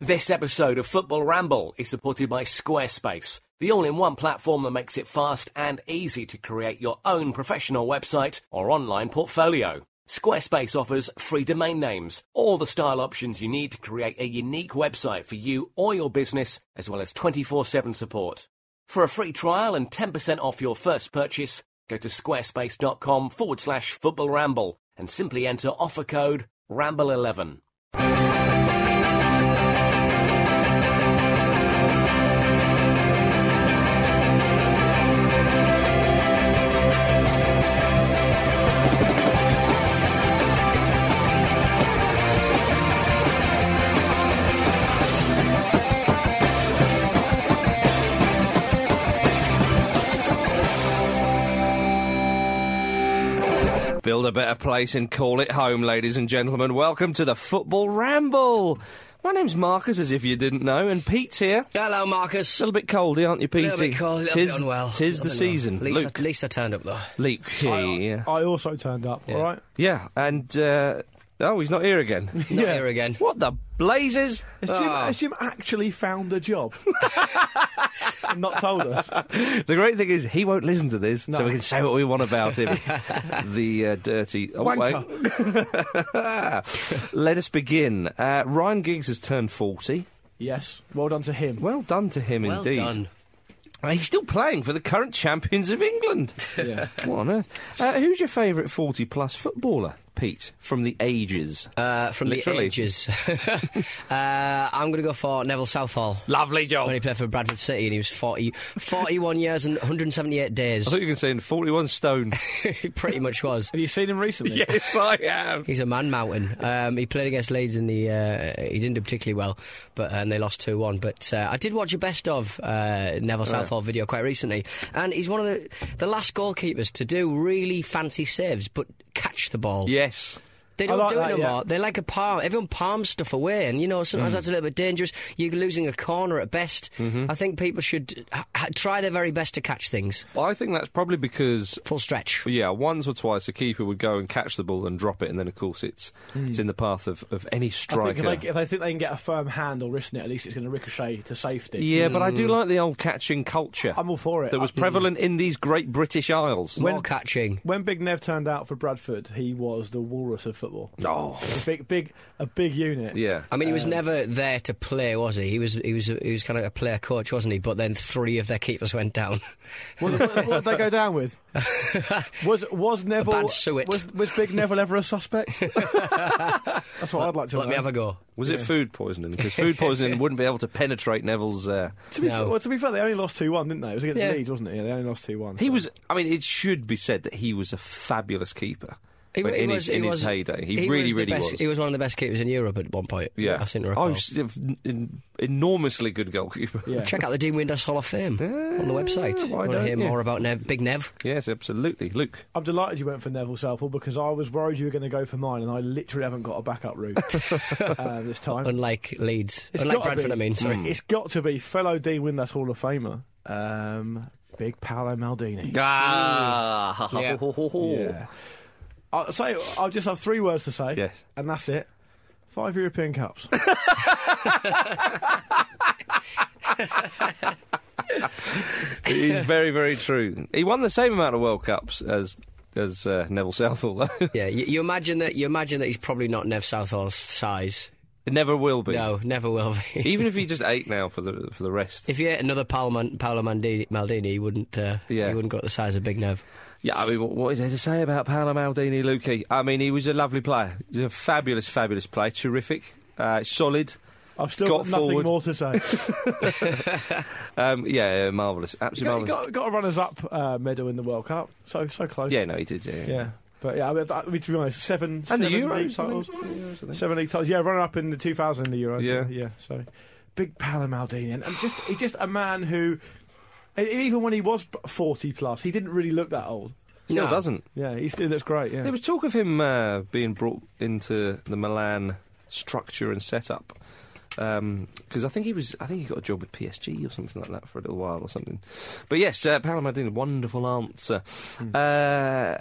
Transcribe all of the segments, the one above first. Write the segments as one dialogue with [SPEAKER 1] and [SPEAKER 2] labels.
[SPEAKER 1] This episode of Football Ramble is supported by Squarespace, the all-in-one platform that makes it fast and easy to create your own professional website or online portfolio. Squarespace offers free domain names, all the style options you need to create a unique website for you or your business, as well as 24-7 support. For a free trial and 10% off your first purchase, go to squarespace.com forward slash football ramble and simply enter offer code ramble11.
[SPEAKER 2] Build a better place and call it home, ladies and gentlemen. Welcome to the Football Ramble. My name's Marcus, as if you didn't know, and Pete's here. A
[SPEAKER 3] Hello, Marcus.
[SPEAKER 2] little bit coldy, aren't you, Pete?
[SPEAKER 3] little bit cold, a little
[SPEAKER 2] tis,
[SPEAKER 3] bit unwell.
[SPEAKER 2] Tis
[SPEAKER 3] Little
[SPEAKER 2] the
[SPEAKER 3] bit
[SPEAKER 2] season.
[SPEAKER 3] unwell. At least,
[SPEAKER 2] Luke,
[SPEAKER 3] I, at least I turned up though.
[SPEAKER 2] Luke here.
[SPEAKER 4] I also turned up, all right?
[SPEAKER 2] yeah, and uh, oh, he's not here again.
[SPEAKER 3] Not here again.
[SPEAKER 2] what the blazes? Ah.
[SPEAKER 4] Has Jim,
[SPEAKER 3] Ah.
[SPEAKER 4] has Jim actually found a job? and not told us.
[SPEAKER 2] The great thing is he won't listen to this, so
[SPEAKER 4] No.
[SPEAKER 2] we can say what we want about him. the uh, dirty oh, wait. Let us begin. Uh, Ryan Giggs has turned forty.
[SPEAKER 4] Yes, well done to him.
[SPEAKER 2] Well done to him,
[SPEAKER 3] Well
[SPEAKER 2] indeed.
[SPEAKER 3] done.
[SPEAKER 2] Uh, He's still playing for the current champions of England.
[SPEAKER 4] Yeah.
[SPEAKER 2] What on earth? Uh, who's your favourite 40 plus footballer, Pete, from the ages?
[SPEAKER 3] Uh, from the
[SPEAKER 2] Literally.
[SPEAKER 3] ages. uh, I'm going to go for Neville Southall.
[SPEAKER 2] Lovely
[SPEAKER 3] When he
[SPEAKER 2] job.
[SPEAKER 3] played for Bradford City and he was 40, 41 years and 178
[SPEAKER 2] I
[SPEAKER 3] days.
[SPEAKER 2] thought you were going to say in 41 stone.
[SPEAKER 3] he pretty much was.
[SPEAKER 4] Have you seen him recently?
[SPEAKER 2] yes, I am.
[SPEAKER 3] He's a man mountain. Um, he played against Leeds and he, uh, he didn't do particularly well, but uh, and they lost 2 1. But uh, I did watch a best of uh, Neville Southall video quite recently, and he's one of the, the last goalkeepers to do really fancy saves but catch the ball.
[SPEAKER 2] Yes.
[SPEAKER 3] They
[SPEAKER 4] I
[SPEAKER 3] don't
[SPEAKER 4] like
[SPEAKER 3] do it
[SPEAKER 4] that,
[SPEAKER 3] no
[SPEAKER 4] yeah. Mm.
[SPEAKER 3] more. They like a palm. Everyone palms stuff away, and you know sometimes that's a little bit dangerous. You're losing a corner at best.
[SPEAKER 4] Mm-hmm.
[SPEAKER 3] I think people should ha- ha- try their very best to catch things.
[SPEAKER 2] I think that's probably because
[SPEAKER 3] Full stretch.
[SPEAKER 2] Yeah, once or twice the keeper would go and catch the ball and drop it, and then of course it's it's in the path of, of any
[SPEAKER 4] Hmm. I
[SPEAKER 2] striker.
[SPEAKER 4] think if, they, if they think they can get a firm hand or wrist in it, at least it's going to ricochet to safety.
[SPEAKER 2] yeah, but I do like the old catching culture.
[SPEAKER 4] Hmm. I'm all for it.
[SPEAKER 2] That was
[SPEAKER 4] I-
[SPEAKER 2] prevalent in these great British Isles.
[SPEAKER 3] More catching.
[SPEAKER 4] When Big Nev turned out for Bradford, he was the walrus of football.
[SPEAKER 2] Oh,
[SPEAKER 4] A big, big, a big unit.
[SPEAKER 2] yeah.
[SPEAKER 3] I mean, he was never there to play, was he? He was, he was, he was kind of a player coach, wasn't he? But then three of their keepers went down.
[SPEAKER 4] What, what, what did they go down with? Was was Neville
[SPEAKER 3] bad suet.
[SPEAKER 4] was, was Big Neville ever a suspect? That's what I'd like to
[SPEAKER 3] Let
[SPEAKER 4] know.
[SPEAKER 3] me have a go.
[SPEAKER 2] Was it food poisoning? Because food poisoning wouldn't be able to penetrate Neville's. Uh,
[SPEAKER 4] To be,
[SPEAKER 3] No.
[SPEAKER 4] fair, well, to be fair, they only lost 2 1, didn't they? It was against
[SPEAKER 3] Yeah.
[SPEAKER 4] Leeds, wasn't it? Yeah, they only lost 2 1.
[SPEAKER 2] he was. I mean, it should be said that he was a fabulous keeper.
[SPEAKER 3] He,
[SPEAKER 2] But
[SPEAKER 3] he
[SPEAKER 2] in his, in his heyday, he, really,
[SPEAKER 3] was the
[SPEAKER 2] really
[SPEAKER 3] best-
[SPEAKER 2] was.
[SPEAKER 3] He was one of the best keepers in Europe at one point.
[SPEAKER 2] yeah,
[SPEAKER 3] I seem to
[SPEAKER 2] Oh,
[SPEAKER 3] recall.
[SPEAKER 2] he's an- an enormously good goalkeeper.
[SPEAKER 4] Yeah.
[SPEAKER 3] Check out the Dean Windass Hall of Fame on the
[SPEAKER 2] Yeah,
[SPEAKER 3] website.
[SPEAKER 2] why
[SPEAKER 3] Want to
[SPEAKER 2] don't
[SPEAKER 3] hear
[SPEAKER 2] you?
[SPEAKER 3] more about Nev, Big Nev?
[SPEAKER 2] Yes, absolutely, Luke.
[SPEAKER 4] I'm delighted you went for Neville Southall because I was worried you were going to go for mine, and I literally haven't got a backup route uh, this time.
[SPEAKER 3] Unlike Leeds.
[SPEAKER 4] It's
[SPEAKER 3] Unlike
[SPEAKER 4] gotta
[SPEAKER 3] Bradford,
[SPEAKER 4] be.
[SPEAKER 3] I mean, sorry.
[SPEAKER 2] Mm.
[SPEAKER 4] It's got to be fellow Dean Windass Hall of Famer, um, Big Paolo Maldini.
[SPEAKER 1] 嗯
[SPEAKER 2] Ah,
[SPEAKER 3] Yeah.
[SPEAKER 4] Yeah. I'll say I'll just have three words to say,
[SPEAKER 2] Yes.
[SPEAKER 4] and that's it. Five European Cups.
[SPEAKER 2] It is very, very true. He won the same amount of World Cups as as uh, Neville Southall. though.
[SPEAKER 3] Yeah, you, you imagine that. You imagine that he's probably not Nev Southall's size.
[SPEAKER 2] It Never will be.
[SPEAKER 3] No, never will be.
[SPEAKER 2] Even if he just ate now for the for the rest.
[SPEAKER 3] if you ate another Paolo, Man- Paolo Maldini, Maldini, he wouldn't. Uh,
[SPEAKER 2] Yeah.
[SPEAKER 3] he wouldn't got the size of Big Nev.
[SPEAKER 2] Yeah, I mean, what, what is there to say about Paolo Maldini, Lukey? I mean, he was a lovely player. He's a fabulous, fabulous player. Terrific, uh, solid.
[SPEAKER 4] I've still
[SPEAKER 2] Got
[SPEAKER 4] got, nothing
[SPEAKER 2] forward.
[SPEAKER 4] more to say.
[SPEAKER 2] Um, yeah, yeah, marvelous,
[SPEAKER 4] he
[SPEAKER 2] absolutely
[SPEAKER 4] got,
[SPEAKER 2] marvelous.
[SPEAKER 4] got, got a runners-up uh, medal in the World Cup, so so close.
[SPEAKER 2] Yeah, no, he did. Yeah,
[SPEAKER 4] yeah. But yeah, I mean, that- I mean, to be honest, seven
[SPEAKER 2] And the
[SPEAKER 4] seven league
[SPEAKER 2] Euros. I
[SPEAKER 4] titles,
[SPEAKER 2] think.
[SPEAKER 4] seven league titles. Yeah, runner up in the 2000 in the Euros.
[SPEAKER 2] Yeah.
[SPEAKER 4] yeah. So big Paolo Maldini, and and just he's just a man who, and even when he was 40 plus, he didn't really look that old.
[SPEAKER 2] Still
[SPEAKER 3] No.
[SPEAKER 2] doesn't.
[SPEAKER 4] Yeah, he still looks great. Yeah,
[SPEAKER 2] There was talk of him uh, being brought into the Milan structure and setup because I think he was. I think he got a job with PSG or something like that for a little while or something. But yes, uh, Paolo Maldini, wonderful answer. Uh,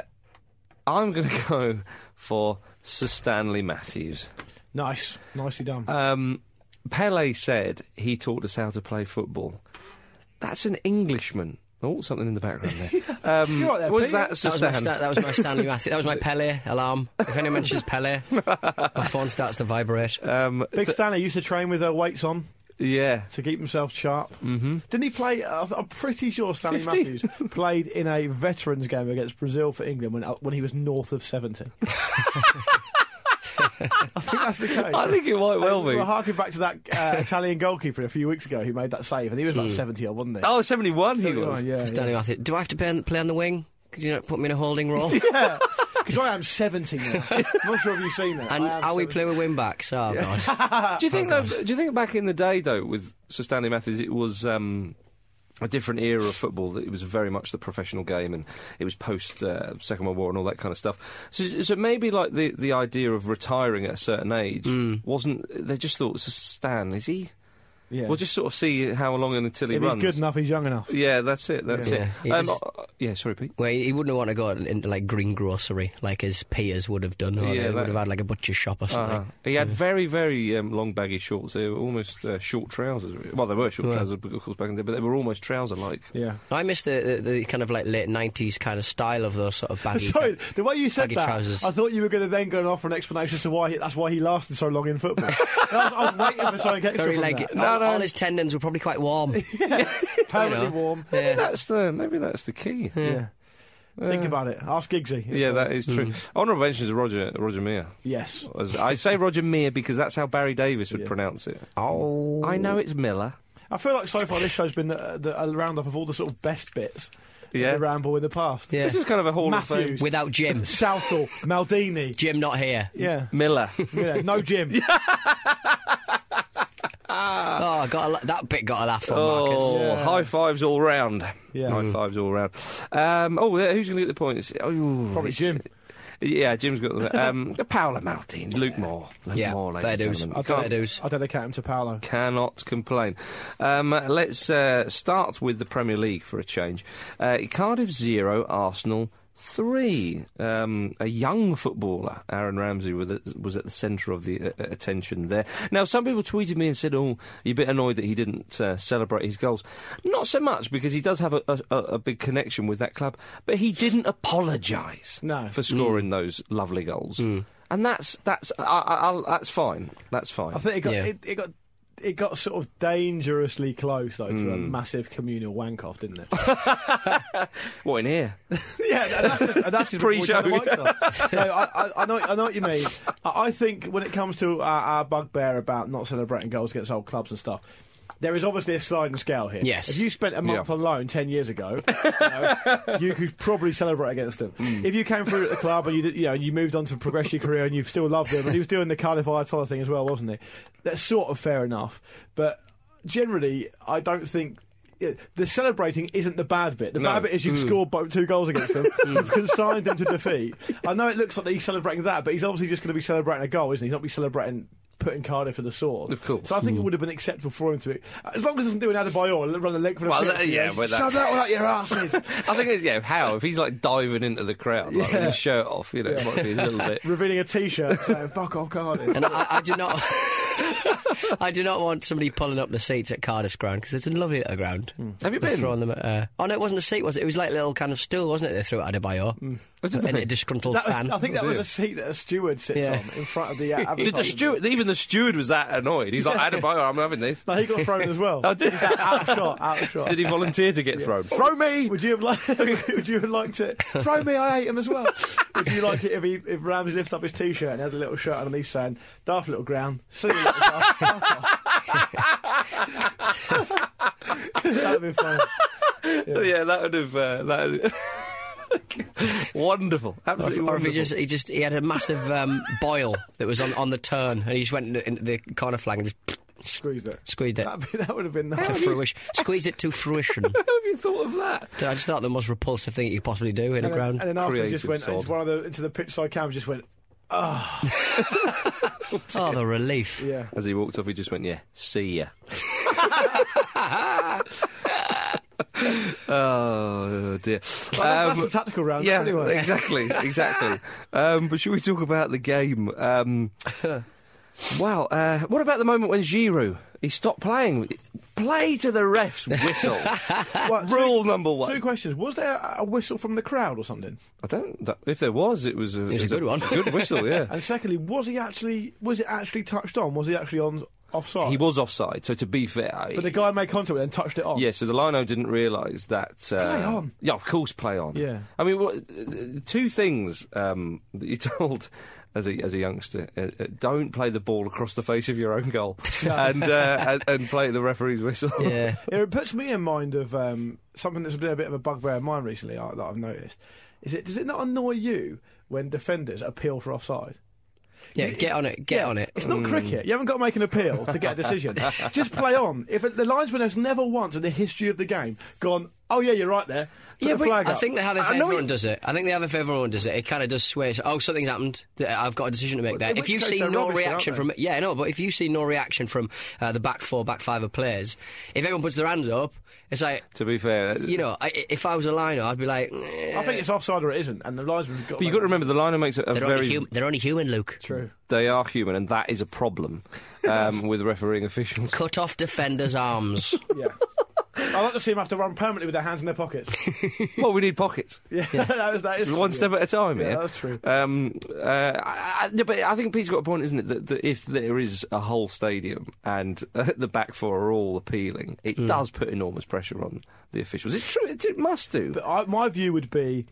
[SPEAKER 2] I'm going to go for Sir Stanley Matthews.
[SPEAKER 4] nice, nicely done.
[SPEAKER 2] Um, Pele said he taught us how to play football. That's an Englishman. Oh, something in the background there. Um,
[SPEAKER 4] You're right there,
[SPEAKER 2] was
[SPEAKER 4] Pete.
[SPEAKER 2] that Sir
[SPEAKER 3] That was, my
[SPEAKER 2] Stan?
[SPEAKER 3] sta- that was my Stanley Matthew. That was my Pele alarm. If anyone mentions Pele, my phone starts to vibrate.
[SPEAKER 2] Um,
[SPEAKER 4] Big Stanley used to train with uh, weights on
[SPEAKER 2] yeah.
[SPEAKER 4] to keep himself sharp.
[SPEAKER 2] hmm
[SPEAKER 4] Didn't he play? Uh, I'm pretty sure Stanley
[SPEAKER 2] 50.
[SPEAKER 4] Matthews played in a veterans game against Brazil for England when uh, when he was north of 70. I think that's the case.
[SPEAKER 2] I think it might well
[SPEAKER 4] We're
[SPEAKER 2] be.
[SPEAKER 4] harking back to that uh, Italian goalkeeper a few weeks ago who made that save, and he was about 70 odd, wasn't he?
[SPEAKER 2] Oh, 71 he was.
[SPEAKER 4] yeah.
[SPEAKER 3] Stanley Matthew. Do I have to play on, play on the wing? Could you not put me in a holding role?
[SPEAKER 4] Because I am 70 now. I'm not sure if you've seen that.
[SPEAKER 3] And
[SPEAKER 4] I am
[SPEAKER 3] how we
[SPEAKER 4] 70.
[SPEAKER 3] play with wing backs? Oh god.
[SPEAKER 2] Do you think though, do you think back in the day though with Sir Stanley Matthews it was um, a different era of football that it was very much the professional game and it was post uh, Second World War and all that kind of stuff. So, so maybe like the, the idea of retiring at a certain age
[SPEAKER 4] Hmm.
[SPEAKER 2] wasn't they just thought Sir Stan is he?
[SPEAKER 4] Yeah.
[SPEAKER 2] We'll just sort of see how long and until he
[SPEAKER 4] if
[SPEAKER 2] runs.
[SPEAKER 4] he's good enough, he's young enough.
[SPEAKER 2] Yeah, that's it. That's
[SPEAKER 3] Yeah.
[SPEAKER 2] it.
[SPEAKER 3] He
[SPEAKER 2] um,
[SPEAKER 3] just-
[SPEAKER 2] uh, yeah, sorry, Pete.
[SPEAKER 3] Well, he wouldn't want to go into like green grocery like his peers would have done. Or
[SPEAKER 2] Yeah,
[SPEAKER 3] they
[SPEAKER 2] that-
[SPEAKER 3] would have had like a butcher's shop or something.
[SPEAKER 2] Uh-huh. He had very, very um, long baggy shorts. They were almost uh, short trousers. really. Well, they were short
[SPEAKER 3] Right.
[SPEAKER 2] trousers, of course, back in the day, but they were almost trouser-like.
[SPEAKER 4] Yeah.
[SPEAKER 3] I miss the, the, the kind of like late nineties kind of style of those sort of baggy.
[SPEAKER 4] Sorry, the way you said
[SPEAKER 3] baggy
[SPEAKER 4] that,
[SPEAKER 3] trousers.
[SPEAKER 4] I thought you were going to then go and offer an explanation as to why he, that's why he lasted so long in football. I, was, I was waiting for something extra.
[SPEAKER 3] Very
[SPEAKER 4] from
[SPEAKER 3] like
[SPEAKER 4] that.
[SPEAKER 3] all, all his tendons were probably quite warm.
[SPEAKER 4] apparently
[SPEAKER 3] you know.
[SPEAKER 4] warm.
[SPEAKER 2] Maybe
[SPEAKER 3] yeah.
[SPEAKER 2] that's the maybe that's the key. Yeah,
[SPEAKER 4] Yeah. Think about it. Ask Giggsy.
[SPEAKER 2] that is true.
[SPEAKER 3] Mm-hmm.
[SPEAKER 2] Honourable mention is Roger Roger Meir.
[SPEAKER 4] Yes.
[SPEAKER 2] As- I say Roger Meir because that's how Barry Davis would
[SPEAKER 4] Yeah.
[SPEAKER 2] pronounce it.
[SPEAKER 3] Oh.
[SPEAKER 2] I know it's Miller.
[SPEAKER 4] I feel like so far this show's been the, the, a roundup of all the sort of best bits
[SPEAKER 2] Yeah.
[SPEAKER 4] of the ramble in the past.
[SPEAKER 3] Yeah.
[SPEAKER 2] This is kind of a hall of fame.
[SPEAKER 4] Matthews,
[SPEAKER 3] Without Jim.
[SPEAKER 4] Southall, Maldini.
[SPEAKER 3] Jim not here.
[SPEAKER 4] Yeah.
[SPEAKER 2] Miller.
[SPEAKER 4] yeah. No Jim.
[SPEAKER 3] Oh, I got a, la- that bit got a laugh from
[SPEAKER 2] Oh,
[SPEAKER 3] Marcus.
[SPEAKER 4] Yeah.
[SPEAKER 2] high fives all round.
[SPEAKER 4] Yeah.
[SPEAKER 2] High fives all round. Um, oh, uh, who's going to get the points? Oh,
[SPEAKER 4] Probably
[SPEAKER 2] it's-
[SPEAKER 4] Jim.
[SPEAKER 2] Yeah, Jim's got the. Um, Paolo Martin, Luke Moore. Luke
[SPEAKER 3] Yeah,
[SPEAKER 2] Moore, ladies
[SPEAKER 3] fair
[SPEAKER 2] and
[SPEAKER 3] dues.
[SPEAKER 2] gentlemen.
[SPEAKER 4] I
[SPEAKER 2] Can't-
[SPEAKER 3] Fair dues.
[SPEAKER 4] I dedicate him to Paolo.
[SPEAKER 2] Cannot complain. Um, let's uh, start with the Premier League for a change. Uh, Cardiff zero, Arsenal three. Um, a young footballer, Aaron Ramsey, was at, was at the centre of the uh, uh, attention there. Now, some people tweeted me and said, "Oh, you're a bit annoyed that he didn't uh, celebrate his goals." Not so much because he does have a, a, a a big connection with that club, but he didn't apologise
[SPEAKER 4] No. Mm.
[SPEAKER 2] for scoring those lovely goals. And that's that's I, I, I'll, that's fine. That's fine.
[SPEAKER 4] I think it got
[SPEAKER 3] Yeah.
[SPEAKER 4] it, it got it got sort of dangerously close though to a
[SPEAKER 3] Hmm.
[SPEAKER 4] massive communal wank off, didn't it?
[SPEAKER 2] What in here?
[SPEAKER 4] yeah, and that's just, and that's just before we
[SPEAKER 2] Pre-show.
[SPEAKER 4] turn the mics on. No, I, I, I know I know what you mean. I, I think when it comes to our, our bugbear about not celebrating goals against old clubs and stuff. There is obviously a sliding scale here.
[SPEAKER 3] Yes.
[SPEAKER 4] If you spent a month
[SPEAKER 2] Yeah.
[SPEAKER 4] on loan 10 years ago, you, know, you could probably celebrate against them.
[SPEAKER 2] Hmm.
[SPEAKER 4] If you came through at the club and you, did, you know you moved on to progress your career and you've still loved them, and he was doing the Cardiff Ayatollah thing as well, wasn't he? That's sort of fair enough. But generally, I don't think. The celebrating isn't the bad bit. The
[SPEAKER 2] No. Hmm.
[SPEAKER 4] bad bit is you've scored both two goals against them. you've consigned them to defeat. I know it looks like he's celebrating that, but he's obviously just going to be celebrating a goal, isn't he? He's not be celebrating putting Cardiff to the sword.
[SPEAKER 2] Of course. Mm.
[SPEAKER 4] So I think it would have been acceptable for him to, as long as he doesn't do an Adebayor and run the length of the
[SPEAKER 2] Well,
[SPEAKER 4] field,
[SPEAKER 2] that-
[SPEAKER 4] you
[SPEAKER 2] yeah,
[SPEAKER 4] know,
[SPEAKER 2] but that-
[SPEAKER 4] shove that one up your asses.
[SPEAKER 2] I think it's yeah. How if he's like diving into the crowd like, with his shirt off, you know, it might be a little bit.
[SPEAKER 4] revealing a T-shirt saying "Fuck off, Cardiff."
[SPEAKER 3] And I, I do not. I do not want somebody pulling up the seats at Cardiff's ground because it's a lovely little ground.
[SPEAKER 4] Hmm.
[SPEAKER 2] Have you
[SPEAKER 3] They're
[SPEAKER 2] been?
[SPEAKER 3] Throwing them at, uh, oh no, it wasn't a seat, was it? It was like a little kind of stool, wasn't it? They threw at Adebayo, and a disgruntled
[SPEAKER 4] Hmm. That was-
[SPEAKER 3] fan.
[SPEAKER 4] I think that was
[SPEAKER 2] dear.
[SPEAKER 4] a seat that a steward sits
[SPEAKER 3] Yeah.
[SPEAKER 4] on in front of the. Uh,
[SPEAKER 2] Did the
[SPEAKER 4] advertising board.
[SPEAKER 2] steward? Even the steward was that annoyed. He's like, Adebayo, I'm having this.
[SPEAKER 4] No, he got thrown as well.
[SPEAKER 2] Oh, did-
[SPEAKER 4] He's like, out of shot, out of shot.
[SPEAKER 2] Did he volunteer to get thrown? Throw me.
[SPEAKER 4] Would you have liked? would you have liked it? Throw me, I hate him as well. Would you like it if he, if Rams lifted up his t-shirt and had a little shirt underneath saying "Daft little ground, see you later." Daft." That'd be fun.
[SPEAKER 2] Yeah, that would have. Uh, that. would- wonderful.
[SPEAKER 3] Or if,
[SPEAKER 2] Absolutely
[SPEAKER 3] or if he
[SPEAKER 2] wonderful.
[SPEAKER 3] just he just he had a massive um, boil that was on, on the turn, and he just went into, into the corner flag and just
[SPEAKER 4] Squeezed it.
[SPEAKER 3] squeezed it
[SPEAKER 4] That'd be, that would have been nice.
[SPEAKER 3] to fruition, squeezed it to fruition.
[SPEAKER 2] How have you thought of that?
[SPEAKER 3] I just thought the most repulsive thing you could possibly do in a
[SPEAKER 4] And then, and
[SPEAKER 3] ground.
[SPEAKER 4] then Arsenal just
[SPEAKER 2] Creative
[SPEAKER 4] went
[SPEAKER 2] sod.
[SPEAKER 4] into one of the into the pitch side cams. Just went,
[SPEAKER 3] Oh, the relief!
[SPEAKER 4] yeah.
[SPEAKER 2] As he walked off, he just went, "Yeah, see ya." oh dear. Um,
[SPEAKER 4] Well, that's the tactical round.
[SPEAKER 2] yeah,
[SPEAKER 4] anyway.
[SPEAKER 2] exactly, exactly. um, but should we talk about the game? Um, wow, uh, what about the moment when Giroud he stopped playing? Play to the ref's whistle.
[SPEAKER 4] Well, two-
[SPEAKER 2] Rule number
[SPEAKER 4] Two
[SPEAKER 2] one.
[SPEAKER 4] questions. Was there a whistle from the crowd or something?
[SPEAKER 2] I don't. that- If there was, it was a, it
[SPEAKER 3] was a good one.
[SPEAKER 2] Good whistle, yeah.
[SPEAKER 4] And secondly, was he actually was it actually touched on? Was he actually on offside?
[SPEAKER 2] He was offside. So to be fair,
[SPEAKER 4] But the guy made contact with it and touched it on.
[SPEAKER 2] Yeah, so the lino didn't realise that. Uh,
[SPEAKER 4] Play on.
[SPEAKER 2] Yeah, of course, play on.
[SPEAKER 4] Yeah.
[SPEAKER 2] I mean, what, uh, two things um, that you told as a as a youngster: uh, uh, don't play the ball across the face of your own goal, and, uh, and and play the referee's whistle.
[SPEAKER 3] Yeah,
[SPEAKER 4] It puts me in mind of um, something that's been a bit of a bugbear of mine recently uh, that I've noticed. Is it does it not annoy you when defenders appeal for offside?
[SPEAKER 3] yeah. Get on it. Get on it.
[SPEAKER 4] It's not cricket. You haven't got to make an appeal to get a decision. Just play on. If it, the linesman has never once in the history of the game gone, oh yeah, you're right there. Put the flag
[SPEAKER 3] I
[SPEAKER 4] up.
[SPEAKER 3] think they have it
[SPEAKER 2] I
[SPEAKER 3] if
[SPEAKER 2] know
[SPEAKER 3] everyone
[SPEAKER 2] it-
[SPEAKER 3] does it. I think they have it if everyone does it. It kind of does sway. so, Oh, something's happened. Th- I've got a decision to make there.
[SPEAKER 4] in
[SPEAKER 3] If
[SPEAKER 4] which
[SPEAKER 3] you
[SPEAKER 4] case
[SPEAKER 3] see
[SPEAKER 4] they're
[SPEAKER 3] no
[SPEAKER 4] rubbish, aren't
[SPEAKER 3] reaction
[SPEAKER 4] they?
[SPEAKER 3] from yeah, no, but if you see no reaction from uh, the back four, back five of players, if everyone puts their hands up, it's like
[SPEAKER 2] To be fair,
[SPEAKER 3] you know, I, i- if I was a liner, I'd be like, eh,
[SPEAKER 4] I think it's offside or it isn't, and the linesman's got.
[SPEAKER 2] but you've got to remember the lino makes it a
[SPEAKER 3] they're only
[SPEAKER 2] very
[SPEAKER 3] human. They're only human, Luke.
[SPEAKER 4] True.
[SPEAKER 2] they are human, and that is a problem um, with refereeing officials.
[SPEAKER 3] Cut off defenders' arms.
[SPEAKER 4] Yeah. I like to see them have to run permanently with their hands in their pockets.
[SPEAKER 2] well, we need pockets.
[SPEAKER 4] Yeah, that was that is
[SPEAKER 2] One
[SPEAKER 4] yeah.
[SPEAKER 2] step at a time.
[SPEAKER 4] Yeah,
[SPEAKER 2] here.
[SPEAKER 4] that's true.
[SPEAKER 2] Um, uh, I, I, yeah, but I think Pete's got a point, isn't it? That, that if there is a whole stadium and uh, the back four are all appealing, it
[SPEAKER 4] Hmm.
[SPEAKER 2] does put enormous pressure on the officials. It's true. It, it must do.
[SPEAKER 4] But I, my view would be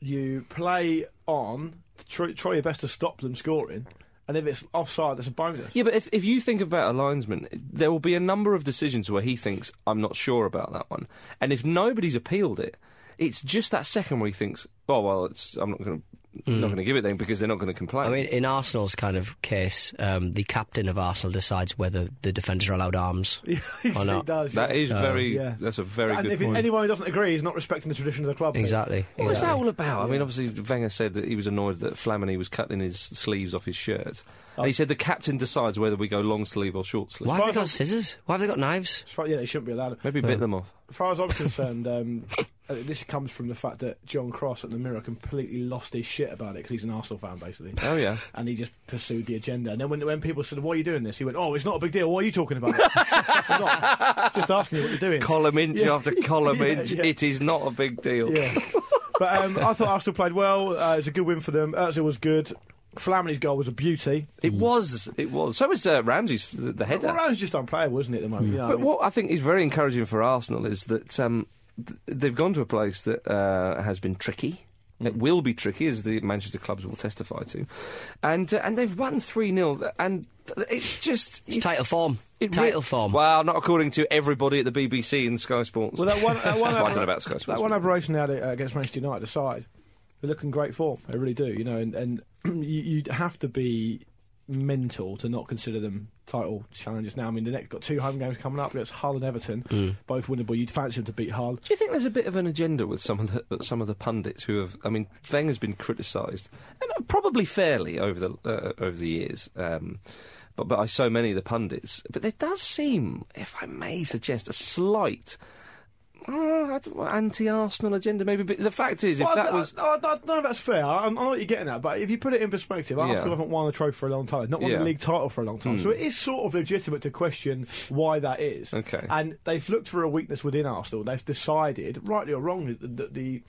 [SPEAKER 4] you play on, try, try your best to stop them scoring, and if it's offside, that's a bonus.
[SPEAKER 2] yeah, but if, if you think about a linesman, there will be a number of decisions where he thinks, I'm not sure about that one. And if nobody's appealed it, it's just that second where he thinks, oh, well, it's, I'm not going to.
[SPEAKER 4] Hmm.
[SPEAKER 2] Not going to give it then because they're not going to complain.
[SPEAKER 3] I mean, in Arsenal's kind of case, um, the captain of Arsenal decides whether the defenders are allowed arms.
[SPEAKER 4] He
[SPEAKER 3] Why not?
[SPEAKER 4] does.
[SPEAKER 2] that
[SPEAKER 4] yeah.
[SPEAKER 2] is very.
[SPEAKER 4] uh, yeah.
[SPEAKER 2] That's a very
[SPEAKER 4] and
[SPEAKER 2] good
[SPEAKER 4] if
[SPEAKER 2] point.
[SPEAKER 4] anyone who doesn't agree is not respecting the tradition of the club. mate.
[SPEAKER 3] Exactly.
[SPEAKER 2] What was that
[SPEAKER 3] exactly.
[SPEAKER 2] all about? I mean, obviously, Wenger said that he was annoyed that Flamini was cutting his sleeves off his shirt. And
[SPEAKER 4] Oh.
[SPEAKER 2] he said the captain decides whether we go long sleeve or short sleeve.
[SPEAKER 3] Why have they got
[SPEAKER 4] Because-
[SPEAKER 3] scissors? Why have they got knives?
[SPEAKER 4] As far- yeah, they shouldn't be allowed.
[SPEAKER 2] Maybe bit them off.
[SPEAKER 4] As far as I'm concerned, um, uh, this comes from the fact that John Cross at the Mirror completely lost his shit about it because he's an Arsenal fan, basically.
[SPEAKER 2] Oh, yeah.
[SPEAKER 4] And he just pursued the agenda. And then when, when people said, Why are you doing this? He went, Oh, it's not a big deal. Why are you talking about it? I'm not. just asking you what you're doing.
[SPEAKER 2] column inch
[SPEAKER 4] Yeah.
[SPEAKER 2] after column
[SPEAKER 4] Yeah,
[SPEAKER 2] inch.
[SPEAKER 4] yeah.
[SPEAKER 2] It is not a big deal.
[SPEAKER 4] Yeah. but um, I thought Arsenal played well. Uh, it was a good win for them. Özil was good. Flamini's goal was a beauty.
[SPEAKER 2] It was. It was. So was uh, Ramsey's, the, the header.
[SPEAKER 4] Mm. Well, Ryan's just unplayable, isn't it, at the moment? You know, I
[SPEAKER 2] But
[SPEAKER 4] mean,
[SPEAKER 2] what I think is very encouraging for Arsenal is that um, th- they've gone to a place that uh, has been tricky.
[SPEAKER 4] Mm.
[SPEAKER 2] It will be tricky, as the Manchester clubs will testify to, and uh, and they've won three 0 and th- it's just
[SPEAKER 3] It's title form.
[SPEAKER 2] It
[SPEAKER 3] title
[SPEAKER 2] re-
[SPEAKER 3] form.
[SPEAKER 2] Well, not according to everybody at the BBC and Sky Sports.
[SPEAKER 4] well, that one, that one,
[SPEAKER 2] Well, I don't know about Sky Sports.
[SPEAKER 4] that one operation they had uh, against Manchester United aside, they're looking great form. They really do, you know, and, and you, you have to be mental to not consider them title challenges now. I mean, the next got two home games coming up against Hull and Everton, both winnable. You'd fancy them to beat Hull.
[SPEAKER 2] Do you think there's a bit of an agenda with some of the some of the pundits who have? I mean, Wenger's been criticised, and probably fairly over the uh, over the years, um, but by so many of the pundits. But there does seem, if I may suggest, a slight. uh, anti-Arsenal agenda, maybe. But the fact is, if
[SPEAKER 4] Well, I-
[SPEAKER 2] that was
[SPEAKER 4] I, I, I don't know if that's fair. I, I know what you're getting at, but if you put it in perspective, Arsenal
[SPEAKER 2] Yeah.
[SPEAKER 4] haven't won a trophy for a long time, not won
[SPEAKER 2] Yeah. Hmm.
[SPEAKER 4] a league title for a long time. So it is sort of legitimate to question why that is.
[SPEAKER 2] Okay.
[SPEAKER 4] And they've looked for a weakness within Arsenal. They've decided, rightly or wrongly, that that the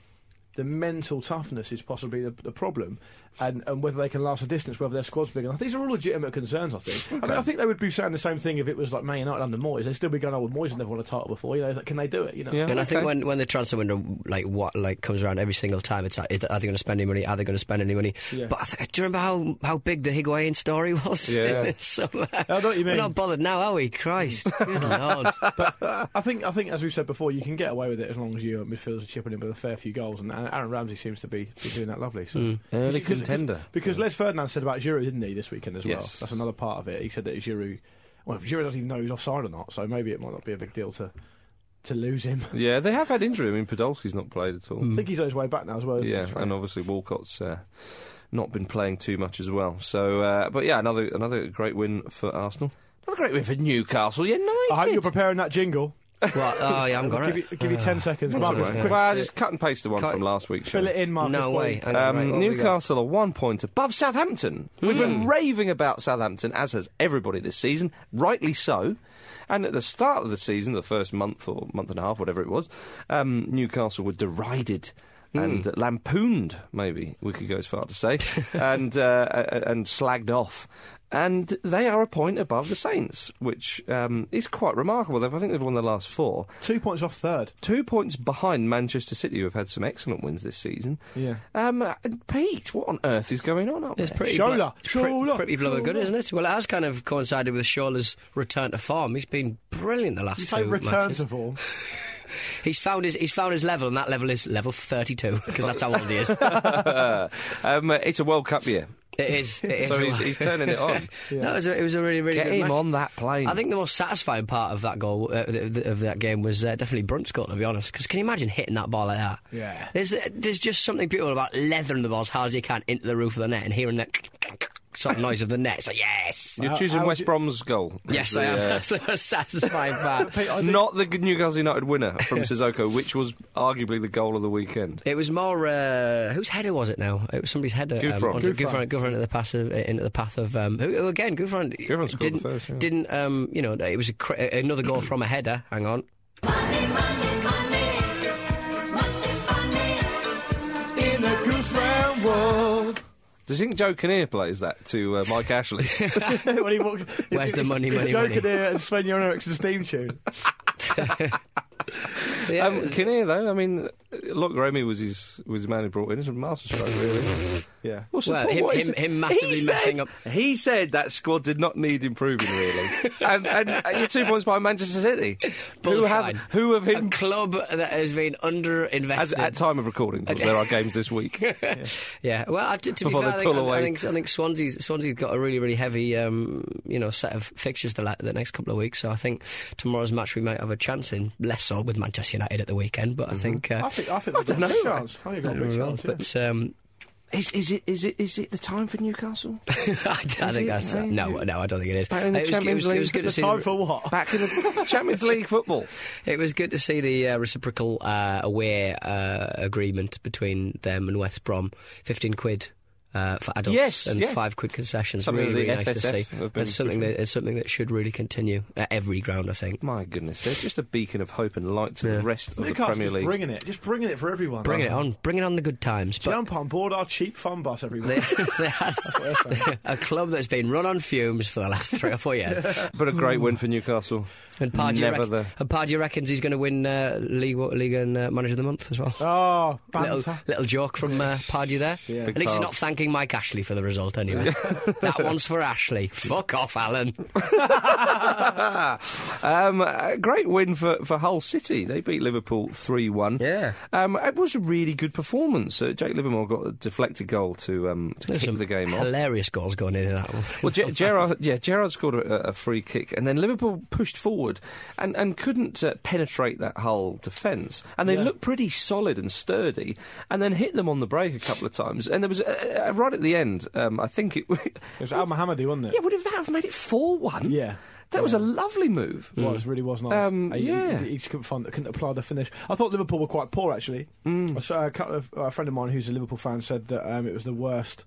[SPEAKER 4] the mental toughness is possibly the, the problem, and, and whether they can last a distance, whether their squad's big enough. These are all legitimate concerns, I think. I mean, I think they would be saying the same thing if it was like Man United under Moyes. They'd still be going, "Oh, well, Moyes has never won a title before. You know, can they do it? You know,
[SPEAKER 2] Yeah.
[SPEAKER 3] and I think
[SPEAKER 2] okay.
[SPEAKER 3] when, when the transfer window like what like comes around every single time, it's like, is- are they going to spend any money? Are they going to spend any money?
[SPEAKER 4] Yeah.
[SPEAKER 3] But I th- do you remember how, how big the Higuain story was?
[SPEAKER 2] Yeah.
[SPEAKER 3] so,
[SPEAKER 4] Oh, I know what you
[SPEAKER 3] We're
[SPEAKER 4] mean.
[SPEAKER 3] not bothered now, are we? Christ, good lord!
[SPEAKER 4] um, I think I think as we've said before, you can get away with it as long as your midfielders are chipping in with a fair few goals, and, and and Aaron Ramsey seems to be, be doing that lovely. So.
[SPEAKER 2] Early
[SPEAKER 4] Because-
[SPEAKER 2] contender.
[SPEAKER 4] Because Les Ferdinand said about Giroud, didn't he, this weekend as well?
[SPEAKER 2] Yes.
[SPEAKER 4] That's another part of it. He said that Giroud, well, Giroud doesn't even know he's offside or not, so maybe it might not be a big deal to to lose him.
[SPEAKER 2] Yeah, they have had injury. I mean, Podolski's not played at all.
[SPEAKER 4] I think he's on his way back now as well. isn't he?
[SPEAKER 2] Yeah,
[SPEAKER 4] So-
[SPEAKER 2] and obviously Walcott's uh, not been playing too much as well. So, uh, but yeah, another another great win for Arsenal. Another great win for Newcastle United.
[SPEAKER 4] I hope you're preparing that jingle.
[SPEAKER 3] What? Oh, yeah, I'm got
[SPEAKER 4] Give
[SPEAKER 3] it.
[SPEAKER 4] you, give you 10 seconds.
[SPEAKER 2] Well,
[SPEAKER 4] Marcus,
[SPEAKER 3] right.
[SPEAKER 4] quick,
[SPEAKER 2] well, just cut and paste the one
[SPEAKER 3] Cut-
[SPEAKER 2] from last week.
[SPEAKER 4] fill it in, Marcus.
[SPEAKER 3] no
[SPEAKER 4] will
[SPEAKER 3] way.
[SPEAKER 4] you?
[SPEAKER 3] Hang on,
[SPEAKER 2] Um,
[SPEAKER 3] right, what have we got? Hmm.
[SPEAKER 2] Newcastle are one point above Southampton. We've been raving about Southampton, as has everybody this season, rightly so. And at the start of the season, the first month or month and a half, whatever it was, um, Newcastle were derided.
[SPEAKER 3] Hmm.
[SPEAKER 2] And lampooned, maybe we could go as far to say, and uh, a- a- and slagged off, and they are a point above the Saints, which um, is quite remarkable. They've, I think they've won their last four,
[SPEAKER 4] Two points off third.
[SPEAKER 2] two points behind Manchester City, who have had some excellent wins this season.
[SPEAKER 4] Yeah.
[SPEAKER 2] Um, and Pete, what on earth is going on up
[SPEAKER 3] It's
[SPEAKER 2] there?
[SPEAKER 3] pretty,
[SPEAKER 4] Shola,
[SPEAKER 3] pre-
[SPEAKER 4] Shola,
[SPEAKER 3] pretty bloody good,
[SPEAKER 4] Shola.
[SPEAKER 3] isn't it? Well, it has kind of coincided with Shawler's return to form. He's been brilliant the last
[SPEAKER 4] You
[SPEAKER 3] two
[SPEAKER 4] say return
[SPEAKER 3] matches.
[SPEAKER 4] to form.
[SPEAKER 3] He's found his he's found his level, and that level is level thirty-two because that's how old he is. it
[SPEAKER 2] um, uh, it's a World Cup year,
[SPEAKER 3] is. It is
[SPEAKER 2] so
[SPEAKER 3] a-
[SPEAKER 2] he's, he's turning it on.
[SPEAKER 3] No, it was a, it was a really really
[SPEAKER 2] Get
[SPEAKER 3] good
[SPEAKER 2] him
[SPEAKER 3] match.
[SPEAKER 2] on that plane.
[SPEAKER 3] I think the most satisfying part of that goal uh, th- th- of that game was uh, definitely Brunt's goal, to be honest. Because can you imagine hitting that ball like that?
[SPEAKER 4] Yeah.
[SPEAKER 3] There's uh, there's just something beautiful about leathering the ball as hard as you can into the roof of the net and hearing that sort of noise of the net. It's like yes,
[SPEAKER 2] you're
[SPEAKER 4] How-
[SPEAKER 2] choosing
[SPEAKER 4] how
[SPEAKER 2] West
[SPEAKER 4] do-
[SPEAKER 2] Brom's goal. uh,
[SPEAKER 3] yes, I am. That's the most satisfying part.
[SPEAKER 4] Pete, I think-
[SPEAKER 2] Not the Newcastle United winner from Sissoko, which was arguably the goal of the weekend.
[SPEAKER 3] It was more uh, whose header was it now? It was somebody's header. um,
[SPEAKER 2] Gouffran.
[SPEAKER 3] onto-
[SPEAKER 4] Gouffran.
[SPEAKER 3] Gouffran, Gouffran into the pass of, uh, into the path of um, who, who again? Gouffran,
[SPEAKER 2] Gouffran scored
[SPEAKER 3] didn't
[SPEAKER 2] the first, yeah.
[SPEAKER 3] didn't um, you know? It was a cr- another goal from a header. Hang on.
[SPEAKER 5] Money, money, money. Must be funny.
[SPEAKER 4] In a goose round world.
[SPEAKER 2] Do you think Joe Kinnear plays that to uh, Mike Ashley?
[SPEAKER 4] when he walks,
[SPEAKER 3] Where's the money,
[SPEAKER 4] he's
[SPEAKER 3] money,
[SPEAKER 4] joking
[SPEAKER 3] money?
[SPEAKER 4] there and Sven Göran Eriksson's theme tune.
[SPEAKER 3] So, yeah, it
[SPEAKER 2] um,
[SPEAKER 3] was-
[SPEAKER 2] Kinnear, though, I mean, uh, Look Remy was his was his man who brought in. It's a masterstroke, really.
[SPEAKER 4] Yeah.
[SPEAKER 2] What's the
[SPEAKER 3] Well,
[SPEAKER 2] point?
[SPEAKER 3] him-
[SPEAKER 2] What is
[SPEAKER 3] him-
[SPEAKER 2] it?
[SPEAKER 3] him massively
[SPEAKER 2] He
[SPEAKER 3] messing up-
[SPEAKER 2] He said that squad did not need improving, really. and, and uh, you're two points behind Manchester City, who have
[SPEAKER 3] Bullshine.
[SPEAKER 2] who have
[SPEAKER 3] a
[SPEAKER 2] him
[SPEAKER 3] club that has been underinvested.
[SPEAKER 2] as, at time of recording. 'cause there are games this week.
[SPEAKER 3] yeah, well, I, to, to be
[SPEAKER 2] Before
[SPEAKER 3] fair,
[SPEAKER 2] they
[SPEAKER 3] I
[SPEAKER 2] pull
[SPEAKER 3] think, I,
[SPEAKER 2] away.
[SPEAKER 3] think, I think Swansea's, Swansea's got a really, really heavy, um, you know, set of fixtures the, la- the next couple of weeks. So I think tomorrow's match we might have a chance in. Less so with Manchester United at the weekend,
[SPEAKER 2] Mm-hmm.
[SPEAKER 3] but I think. Uh,
[SPEAKER 4] I think, I think they've got a big chance. I think they've got a big chance. yeah.
[SPEAKER 3] but um,
[SPEAKER 2] Is, is it is it is it the time for Newcastle?
[SPEAKER 3] I, I think that's uh,
[SPEAKER 2] it?
[SPEAKER 3] no, no, I don't think it is.
[SPEAKER 2] Back in the
[SPEAKER 3] it, was,
[SPEAKER 2] Champions
[SPEAKER 3] it was- it
[SPEAKER 2] League
[SPEAKER 3] was
[SPEAKER 2] at
[SPEAKER 3] good to
[SPEAKER 2] the
[SPEAKER 3] see.
[SPEAKER 4] Time
[SPEAKER 3] the-
[SPEAKER 4] for what?
[SPEAKER 2] Back in the Champions League football.
[SPEAKER 3] It was good to see the uh, reciprocal uh, away uh, agreement between them and West Brom. Fifteen quid. Uh, for adults
[SPEAKER 2] Yes,
[SPEAKER 3] and
[SPEAKER 2] yes.
[SPEAKER 3] five quid concessions,
[SPEAKER 2] Something
[SPEAKER 3] really,
[SPEAKER 2] the
[SPEAKER 3] really nice to
[SPEAKER 2] FSF
[SPEAKER 3] see.
[SPEAKER 2] have been
[SPEAKER 3] It's something
[SPEAKER 2] pushing.
[SPEAKER 3] that it's something that should really continue at every ground, I think.
[SPEAKER 2] My goodness, they're just a beacon of hope and light to
[SPEAKER 3] Yeah.
[SPEAKER 2] the rest of the
[SPEAKER 4] Newcastle
[SPEAKER 2] Premier
[SPEAKER 4] just
[SPEAKER 2] League.
[SPEAKER 4] bringing it. Just bringing it for everyone.
[SPEAKER 3] Bring it on, bring it on the good times. But
[SPEAKER 4] Jump on board our cheap fun bus, everyone.
[SPEAKER 3] they, they had a club that's been run on fumes for the last three or four years,
[SPEAKER 2] but a great win for Newcastle.
[SPEAKER 3] and Pardew,
[SPEAKER 2] Never
[SPEAKER 3] reckon-
[SPEAKER 2] the-
[SPEAKER 3] and Pardew reckons he's going to win uh, league league and uh, manager of the month as well.
[SPEAKER 4] Oh,
[SPEAKER 3] Little,
[SPEAKER 4] banter.
[SPEAKER 3] little joke from uh, Pardew there. At least he's not thanking Mike Ashley for the result anyway. that one's for Ashley. Fuck off, Alan.
[SPEAKER 2] um, a great win for, for Hull City. They beat Liverpool 3 1.
[SPEAKER 3] Yeah.
[SPEAKER 2] Um, it was a really good performance. Uh, Jake Livermore got a deflected goal to, um, to
[SPEAKER 3] There's
[SPEAKER 2] kick
[SPEAKER 3] some
[SPEAKER 2] the game off.
[SPEAKER 3] hilarious goals going in in that one.
[SPEAKER 2] Well, Ger- Gerard, yeah, Gerard scored a, a free kick, and then Liverpool pushed forward and, and couldn't uh, penetrate that Hull defence. And they looked pretty solid and sturdy, and then hit them on the break a couple of times. And there was uh, uh, right at the end, um, I think it.
[SPEAKER 4] It was Al Mohammedi, wasn't it?
[SPEAKER 2] yeah, would have that have made it four one?
[SPEAKER 4] Yeah.
[SPEAKER 2] that was a lovely move.
[SPEAKER 3] Mm.
[SPEAKER 4] It was, really was nice.
[SPEAKER 2] Um,
[SPEAKER 4] he, he-
[SPEAKER 2] yeah.
[SPEAKER 4] he, just couldn't, find, couldn't apply the finish. I thought Liverpool were quite poor actually.
[SPEAKER 2] Mm.
[SPEAKER 4] I saw a couple of a friend of mine who's a Liverpool fan said that um, it was the worst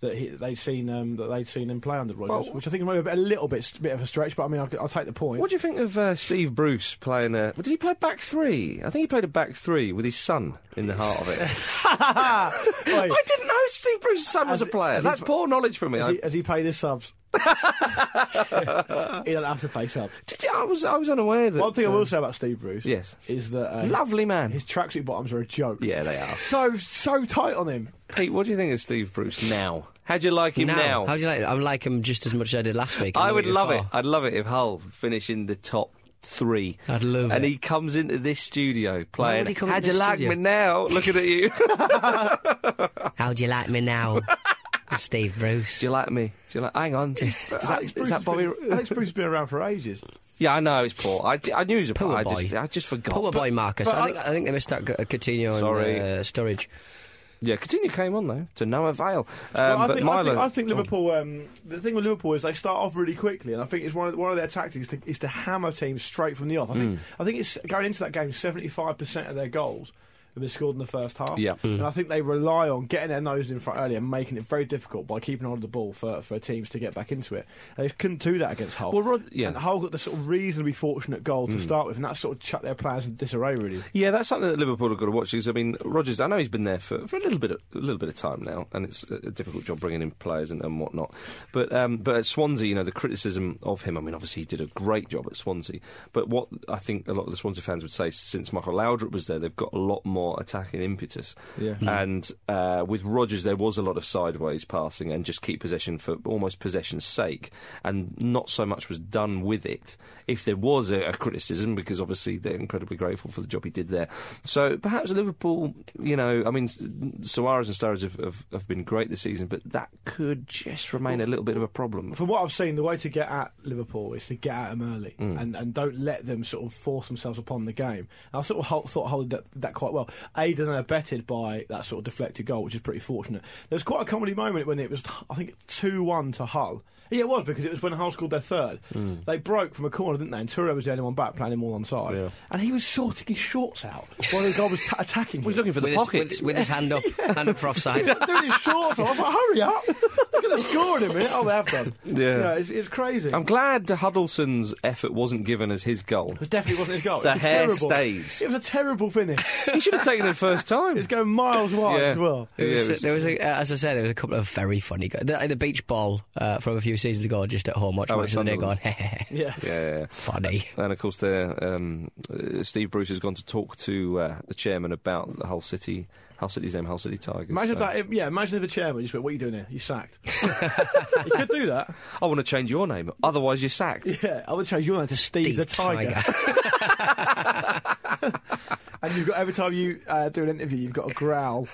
[SPEAKER 4] that he, they'd seen um, that they'd seen him play under Rodgers,
[SPEAKER 2] Well-
[SPEAKER 4] which I think might be a little bit bit of a stretch, but I mean I'll, I'll take the point.
[SPEAKER 2] What do you think of uh, Steve Bruce playing a? Did he play back three? I think he played a back three with his son in the heart of it.
[SPEAKER 4] Wait,
[SPEAKER 2] I didn't know Steve Bruce's son was
[SPEAKER 4] Has
[SPEAKER 2] a
[SPEAKER 4] he-
[SPEAKER 2] player.
[SPEAKER 4] has he
[SPEAKER 2] That's
[SPEAKER 4] pl-
[SPEAKER 2] poor knowledge for me.
[SPEAKER 4] has,
[SPEAKER 2] I,
[SPEAKER 4] he, has he paid his subs? he doesn't have to pay subs.
[SPEAKER 2] did he- I was I was unaware that
[SPEAKER 4] One thing I
[SPEAKER 2] uh,
[SPEAKER 4] will say about Steve Bruce,
[SPEAKER 2] yes.
[SPEAKER 4] is that uh,
[SPEAKER 2] Lovely man.
[SPEAKER 4] His tracksuit bottoms are a joke.
[SPEAKER 2] Yeah, they are.
[SPEAKER 4] so so tight on him.
[SPEAKER 2] Pete, what do you think of Steve Bruce now? How do you like him now?
[SPEAKER 3] How do you like it? I like him just as much as I did last week. and
[SPEAKER 2] I
[SPEAKER 3] the
[SPEAKER 2] would
[SPEAKER 3] week
[SPEAKER 2] love it.
[SPEAKER 3] before.
[SPEAKER 2] I'd love it if Hull finish in the top three.
[SPEAKER 3] I'd love
[SPEAKER 2] and
[SPEAKER 3] it.
[SPEAKER 2] he comes into this studio playing.
[SPEAKER 3] would he come
[SPEAKER 2] How'd
[SPEAKER 3] into
[SPEAKER 2] you
[SPEAKER 3] this
[SPEAKER 2] like
[SPEAKER 3] studio?"
[SPEAKER 2] me now? Looking at you. Do
[SPEAKER 3] How do you like me now? Steve Bruce.
[SPEAKER 2] you like me? Do you like? Hang on. Is that,
[SPEAKER 4] Alex
[SPEAKER 2] Uh, is
[SPEAKER 4] Bruce
[SPEAKER 2] that
[SPEAKER 4] has
[SPEAKER 2] Bobby?
[SPEAKER 4] been- Alex Bruce has been around for ages.
[SPEAKER 2] Yeah, I know it's Paul. I, I knew he was a
[SPEAKER 3] Poor
[SPEAKER 2] I
[SPEAKER 3] boy.
[SPEAKER 2] just, I just forgot.
[SPEAKER 3] Poor boy Marcus.
[SPEAKER 4] but
[SPEAKER 3] I
[SPEAKER 4] I-
[SPEAKER 3] think I think they missed out G- Coutinho
[SPEAKER 2] Sorry.
[SPEAKER 3] and uh, Sturridge.
[SPEAKER 2] Yeah, Coutinho came on though to no avail. Um,
[SPEAKER 4] Well, I,
[SPEAKER 2] but
[SPEAKER 4] think, I
[SPEAKER 2] Milo,
[SPEAKER 4] think- I think Liverpool. Um, the thing with Liverpool is they start off really quickly, and I think it's one of one of their tactics to, is to hammer teams straight from the off. I
[SPEAKER 2] Mm.
[SPEAKER 4] think I think it's going into that game, seventy five percent of their goals have been scored in the first half.
[SPEAKER 2] Yeah. Mm.
[SPEAKER 4] and I think they rely on getting their nose in front early and making it very difficult by keeping hold of the ball for, for teams to get back into it. They couldn't do that against Hull.
[SPEAKER 2] Well, Mm. Rod- yeah.
[SPEAKER 4] and Hull got the sort of reasonably fortunate goal to start with, and that sort of shut their plans into disarray really.
[SPEAKER 2] Yeah, that's something that Liverpool have got to watch. Because I mean, Rogers, I know he's been there for, for a little bit, of, a little bit of time now, and it's a, a difficult job bringing in players and, and whatnot. But um, but at Swansea, you know, the criticism of him. I mean, obviously he did a great job at Swansea. But what I think a lot of the Swansea fans would say, since Michael Laudrup was there, they've got a lot more attacking impetus.
[SPEAKER 4] Yeah.
[SPEAKER 2] And uh, with Rogers, there was a lot of sideways passing and just keep possession for almost possession's sake, and not so much was done with it. If there was a, a criticism, because obviously they're incredibly grateful for the job he did there. So perhaps Liverpool, you know, I mean, S- Suarez and Sturridge have, have, have been great this season, but that could just remain a little bit of a problem.
[SPEAKER 4] From what I've seen, the way to get at Liverpool is to get at them early
[SPEAKER 2] Mm.
[SPEAKER 4] and, and don't let them sort of force themselves upon the game. And I sort of hold, thought hold that, that quite well. Aided and abetted by that sort of deflected goal, which is pretty fortunate. There was quite a comedy moment when it was, I think, 2 1 to Hull. Yeah, it was because it was when Hull scored their third.
[SPEAKER 2] Mm.
[SPEAKER 4] They broke from a corner, didn't they? And Toure was the only one back, playing him all on side.
[SPEAKER 2] Yeah.
[SPEAKER 4] And he was sorting his shorts out while the guy was ta attacking him.
[SPEAKER 2] He's looking for the
[SPEAKER 3] with, his,
[SPEAKER 2] pockets.
[SPEAKER 3] with, with his hand up, hand up for offside.
[SPEAKER 4] He's doing his shorts off. I was like, hurry up. They're going to score in a minute. Oh, they have done.
[SPEAKER 2] Yeah.
[SPEAKER 4] it's, it's crazy.
[SPEAKER 2] I'm glad Huddleston's effort wasn't given as his goal.
[SPEAKER 4] It definitely wasn't his goal.
[SPEAKER 2] The
[SPEAKER 4] it was
[SPEAKER 2] hair
[SPEAKER 4] terrible.
[SPEAKER 2] stays.
[SPEAKER 4] It was a terrible finish.
[SPEAKER 2] He should have taken it first time.
[SPEAKER 4] It was going miles wide
[SPEAKER 2] Yeah.
[SPEAKER 4] as well.
[SPEAKER 2] Yeah,
[SPEAKER 3] There was,
[SPEAKER 2] it was-
[SPEAKER 3] there was a, uh, as I said, there was a couple of very funny guys. The, the beach ball uh, from a few seasons ago, just at home, watching
[SPEAKER 2] Oh,
[SPEAKER 3] match of the day, going,
[SPEAKER 2] Sunderland.
[SPEAKER 4] Yeah.
[SPEAKER 2] Yeah, yeah, yeah.
[SPEAKER 3] funny.
[SPEAKER 2] And of course, there, um, uh, Steve Bruce has gone to talk to uh, the chairman about the Hull City, Hull City's name, Hull City Tigers.
[SPEAKER 4] Imagine if
[SPEAKER 2] So,
[SPEAKER 4] that. If, yeah, imagine if the chairman just went, "What are you doing here? You sacked." you could do that.
[SPEAKER 2] I want to change your name, otherwise you're sacked.
[SPEAKER 4] Yeah, I would change your name to Steve, the Tiger. And you've got every time you uh, do an interview, you've got a growl.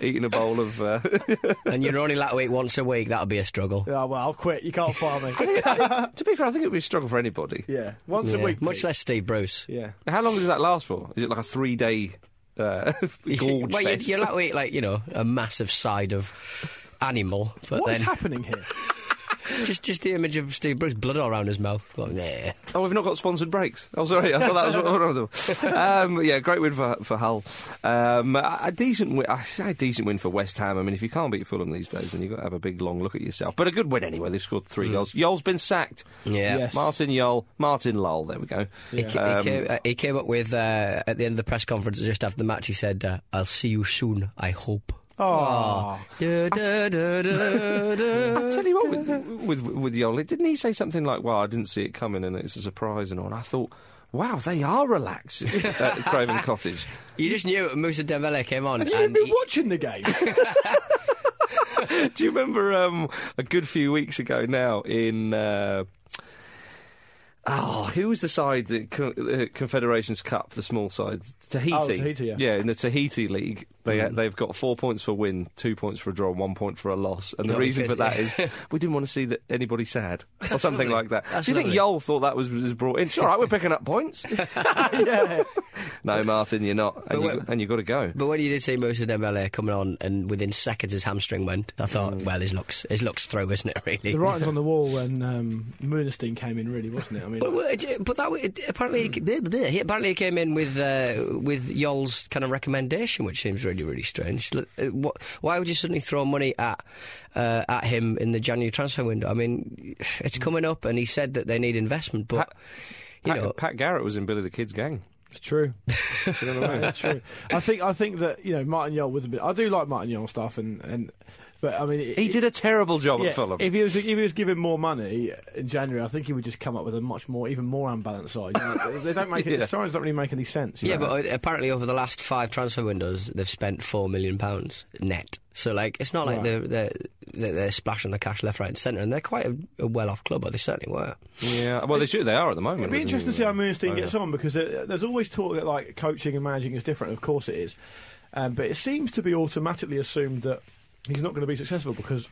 [SPEAKER 2] Eating a bowl of. Uh,
[SPEAKER 3] and you're only allowed to eat once a week. That'll be a struggle.
[SPEAKER 4] oh, well, I'll quit. You can't fire me.
[SPEAKER 2] to be fair, I think it would be a struggle for anybody.
[SPEAKER 4] yeah, once
[SPEAKER 3] Yeah.
[SPEAKER 4] a week.
[SPEAKER 3] Much
[SPEAKER 4] mate.
[SPEAKER 3] less Steve Bruce.
[SPEAKER 4] Yeah.
[SPEAKER 2] How long does that last for? Is it like a three-day uh, gorge
[SPEAKER 3] well,
[SPEAKER 2] fest?
[SPEAKER 3] you will allowed to eat like you know a massive side of animal, but
[SPEAKER 4] What's
[SPEAKER 3] then
[SPEAKER 4] happening here?
[SPEAKER 3] just just the image of Steve Bruce blood all around his mouth. Going, "Nah."
[SPEAKER 2] Oh, we've not got sponsored breaks. Oh, sorry, I thought that was one of them. Um, yeah, great win for for Hull. Um, a a decent win. I say decent win for West Ham. I mean, if you can't beat Fulham these days, then you've got to have a big long look at yourself. But a good win anyway. They've scored
[SPEAKER 3] Mm.
[SPEAKER 2] three goals. Yole's been sacked.
[SPEAKER 3] Yeah.
[SPEAKER 4] Yes.
[SPEAKER 2] Martin Yole, Martin Lowell. There we go.
[SPEAKER 3] He, ca-
[SPEAKER 2] Um,
[SPEAKER 3] he, came, uh, he came up with uh, at the end of the press conference just after the match. He said, uh, "I'll see you soon. I hope."
[SPEAKER 4] Oh,
[SPEAKER 3] Da, da, da, da, da.
[SPEAKER 2] I tell you what, with with, with Yole, didn't he say something like, "Well, I didn't see it coming, and it's a surprise," and all? And I thought, "Wow, they are relaxed at Craven Cottage."
[SPEAKER 3] You just knew Musa Dembele came on.
[SPEAKER 4] have you even
[SPEAKER 3] and
[SPEAKER 4] been
[SPEAKER 3] he-
[SPEAKER 4] watching the game?
[SPEAKER 2] Do you remember um, a good few weeks ago now in. Uh, Oh, who was the side that co- uh, Confederations Cup, the small side, Tahiti?
[SPEAKER 4] Oh, Tahiti, yeah.
[SPEAKER 2] in the Tahiti league, they
[SPEAKER 3] Mm.
[SPEAKER 2] they've got four points for a win, two points for a draw, and one point for a loss. And the
[SPEAKER 3] Oh,
[SPEAKER 2] reason for
[SPEAKER 3] because-
[SPEAKER 2] that is we didn't want to see that anybody sad or something like that.
[SPEAKER 3] That's
[SPEAKER 2] Do you think
[SPEAKER 3] lovely.
[SPEAKER 2] Yole thought that was, was brought in? It's all right, we're picking up points.
[SPEAKER 4] yeah.
[SPEAKER 2] no, Martin, you're not, and,
[SPEAKER 3] But
[SPEAKER 2] you,
[SPEAKER 3] when-
[SPEAKER 2] and you've got to go.
[SPEAKER 3] But when you did see Musa Dembele coming on, and within seconds his hamstring went, I thought, well, his looks, his looks through, isn't it? Really.
[SPEAKER 4] The writing's on the wall when um, Moonestein came in, really, wasn't it? I mean,
[SPEAKER 3] But, well, it- but that it- apparently it- bleh, bleh, bleh. he apparently came in with uh, with Yol's kind of recommendation, which seems really really strange. Look, uh, what- Why would you suddenly throw money at uh, at him in the January transfer window? I mean, it's coming up, and he said that they need investment, but. you
[SPEAKER 2] Pat,
[SPEAKER 3] know,
[SPEAKER 2] Pat Garrett was in Billy the Kid's gang.
[SPEAKER 4] It's true. That is true. I think I think that you know Martin Yol would have been. I do like Martin Yol stuff, and and But I mean, it-
[SPEAKER 2] He did a terrible job
[SPEAKER 4] yeah,
[SPEAKER 2] at Fulham.
[SPEAKER 4] If he was if he was given more money in January, I think he would just come up with a much more even more unbalanced side. they don't make it,
[SPEAKER 2] Yeah.
[SPEAKER 4] the signs don't really make any sense. you
[SPEAKER 3] Yeah,
[SPEAKER 4] know.
[SPEAKER 3] but uh, apparently over the last five transfer windows, they've spent four million pounds net. So like, it's not like they're, they're they're they're splashing the cash left, right, and centre, and they're quite a, a well-off club, but they certainly were.
[SPEAKER 2] yeah, well, they, should, they are at the moment.
[SPEAKER 4] It'd be interesting to see how Moonstein gets on because there- there's always talk that like coaching and managing is different. Of course it is, um, but it seems to be automatically assumed that he's not going to be successful because.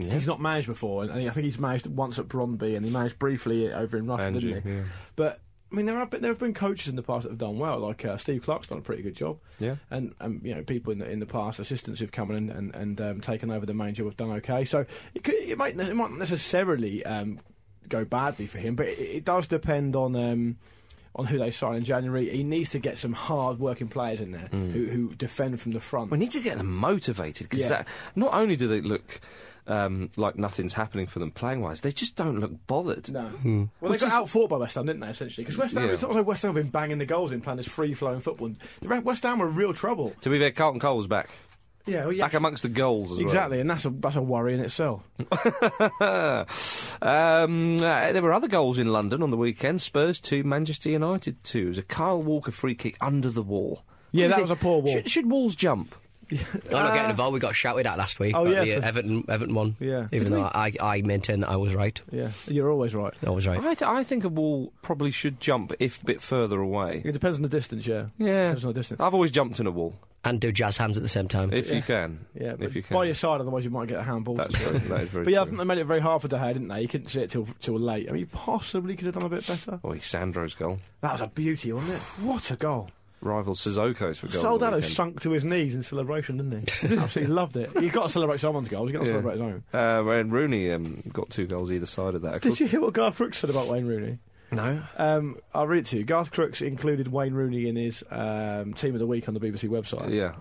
[SPEAKER 4] He's not managed before, and, and I think he's managed once at Bromby, and he managed briefly over in Russia,
[SPEAKER 2] Angie,
[SPEAKER 4] didn't he?
[SPEAKER 2] yeah.
[SPEAKER 4] But I mean, there have been, there have been coaches in the past that have done well, like uh, Steve Clark's done a pretty good job,
[SPEAKER 2] Yeah.
[SPEAKER 4] and and you know people in the in the past, assistants who've come in and and, and um, taken over the main job have done okay. So it could, it might it might not necessarily um, go badly for him, but it, it does depend on. Um, on who they sign in January, he needs to get some hard-working players in there
[SPEAKER 2] Hmm.
[SPEAKER 4] who, who defend from the front.
[SPEAKER 2] We need to get them motivated because
[SPEAKER 4] Yeah.
[SPEAKER 2] that not only do they look um, like nothing's happening for them playing wise, they just don't look bothered.
[SPEAKER 4] No. Uh, Well, they got out fought by West Ham, didn't they? Essentially, because West Ham,
[SPEAKER 2] Hmm. Yeah.
[SPEAKER 4] it's not like West Ham have been banging the goals in, playing this free-flowing football. The Re- West Ham were real trouble.
[SPEAKER 2] To be fair, Carlton Cole's back,
[SPEAKER 4] Yeah, well,
[SPEAKER 2] back amongst the goals as Mm.
[SPEAKER 4] exactly, and that's a that's a worry in itself.
[SPEAKER 2] well. um, uh, there were other goals in London on the weekend. Spurs two, Manchester United two. It was a Kyle Walker free kick under the wall.
[SPEAKER 4] Yeah,
[SPEAKER 2] What do
[SPEAKER 4] that
[SPEAKER 2] you
[SPEAKER 4] was
[SPEAKER 2] think?
[SPEAKER 4] a poor wall.
[SPEAKER 2] Should, should walls jump?
[SPEAKER 3] I'm not getting involved. We got shouted at last week.
[SPEAKER 4] Uh, Oh,
[SPEAKER 3] but
[SPEAKER 4] yeah,
[SPEAKER 3] the, uh,
[SPEAKER 4] for-
[SPEAKER 3] Everton Everton won.
[SPEAKER 4] Yeah.
[SPEAKER 3] even
[SPEAKER 4] Did
[SPEAKER 3] though I, I maintain that I was right.
[SPEAKER 4] Yeah, you're always right.
[SPEAKER 3] I was right.
[SPEAKER 2] I, th- I think a wall probably should jump if a bit further away.
[SPEAKER 4] It depends on the distance. Yeah, Oh.
[SPEAKER 2] Yeah,
[SPEAKER 4] depends on the distance.
[SPEAKER 2] I've always jumped in a wall
[SPEAKER 3] And do jazz hands at the same time.
[SPEAKER 2] if you can.
[SPEAKER 4] Yeah,
[SPEAKER 2] if
[SPEAKER 4] but
[SPEAKER 2] you can.
[SPEAKER 4] by your side, otherwise you might get a handball.
[SPEAKER 2] That's true. That is very
[SPEAKER 4] But yeah, I
[SPEAKER 2] true.
[SPEAKER 4] think they made it very hard for De Gea, didn't they? He couldn't see it till till late. I mean, he possibly could have done a bit better.
[SPEAKER 2] Boy, Oh, Sandro's goal.
[SPEAKER 4] That was a beauty, wasn't it? What a goal!
[SPEAKER 2] Rival Suzuko's for goal. of the
[SPEAKER 4] Soldado
[SPEAKER 2] weekend.
[SPEAKER 4] sunk to his knees in celebration, didn't he? Absolutely loved it. You've got to celebrate someone's goal. He's got to
[SPEAKER 2] Yeah.
[SPEAKER 4] celebrate his own.
[SPEAKER 2] Uh, and Rooney um, got two goals either side of that. Of
[SPEAKER 4] Did
[SPEAKER 2] course- Uh,
[SPEAKER 4] you hear what Garth Brooks said about Wayne Rooney?
[SPEAKER 2] No.
[SPEAKER 4] Um, I'll read it to you. Garth Crooks included Wayne Rooney in his um, team of the week on the BBC website.
[SPEAKER 2] Yeah.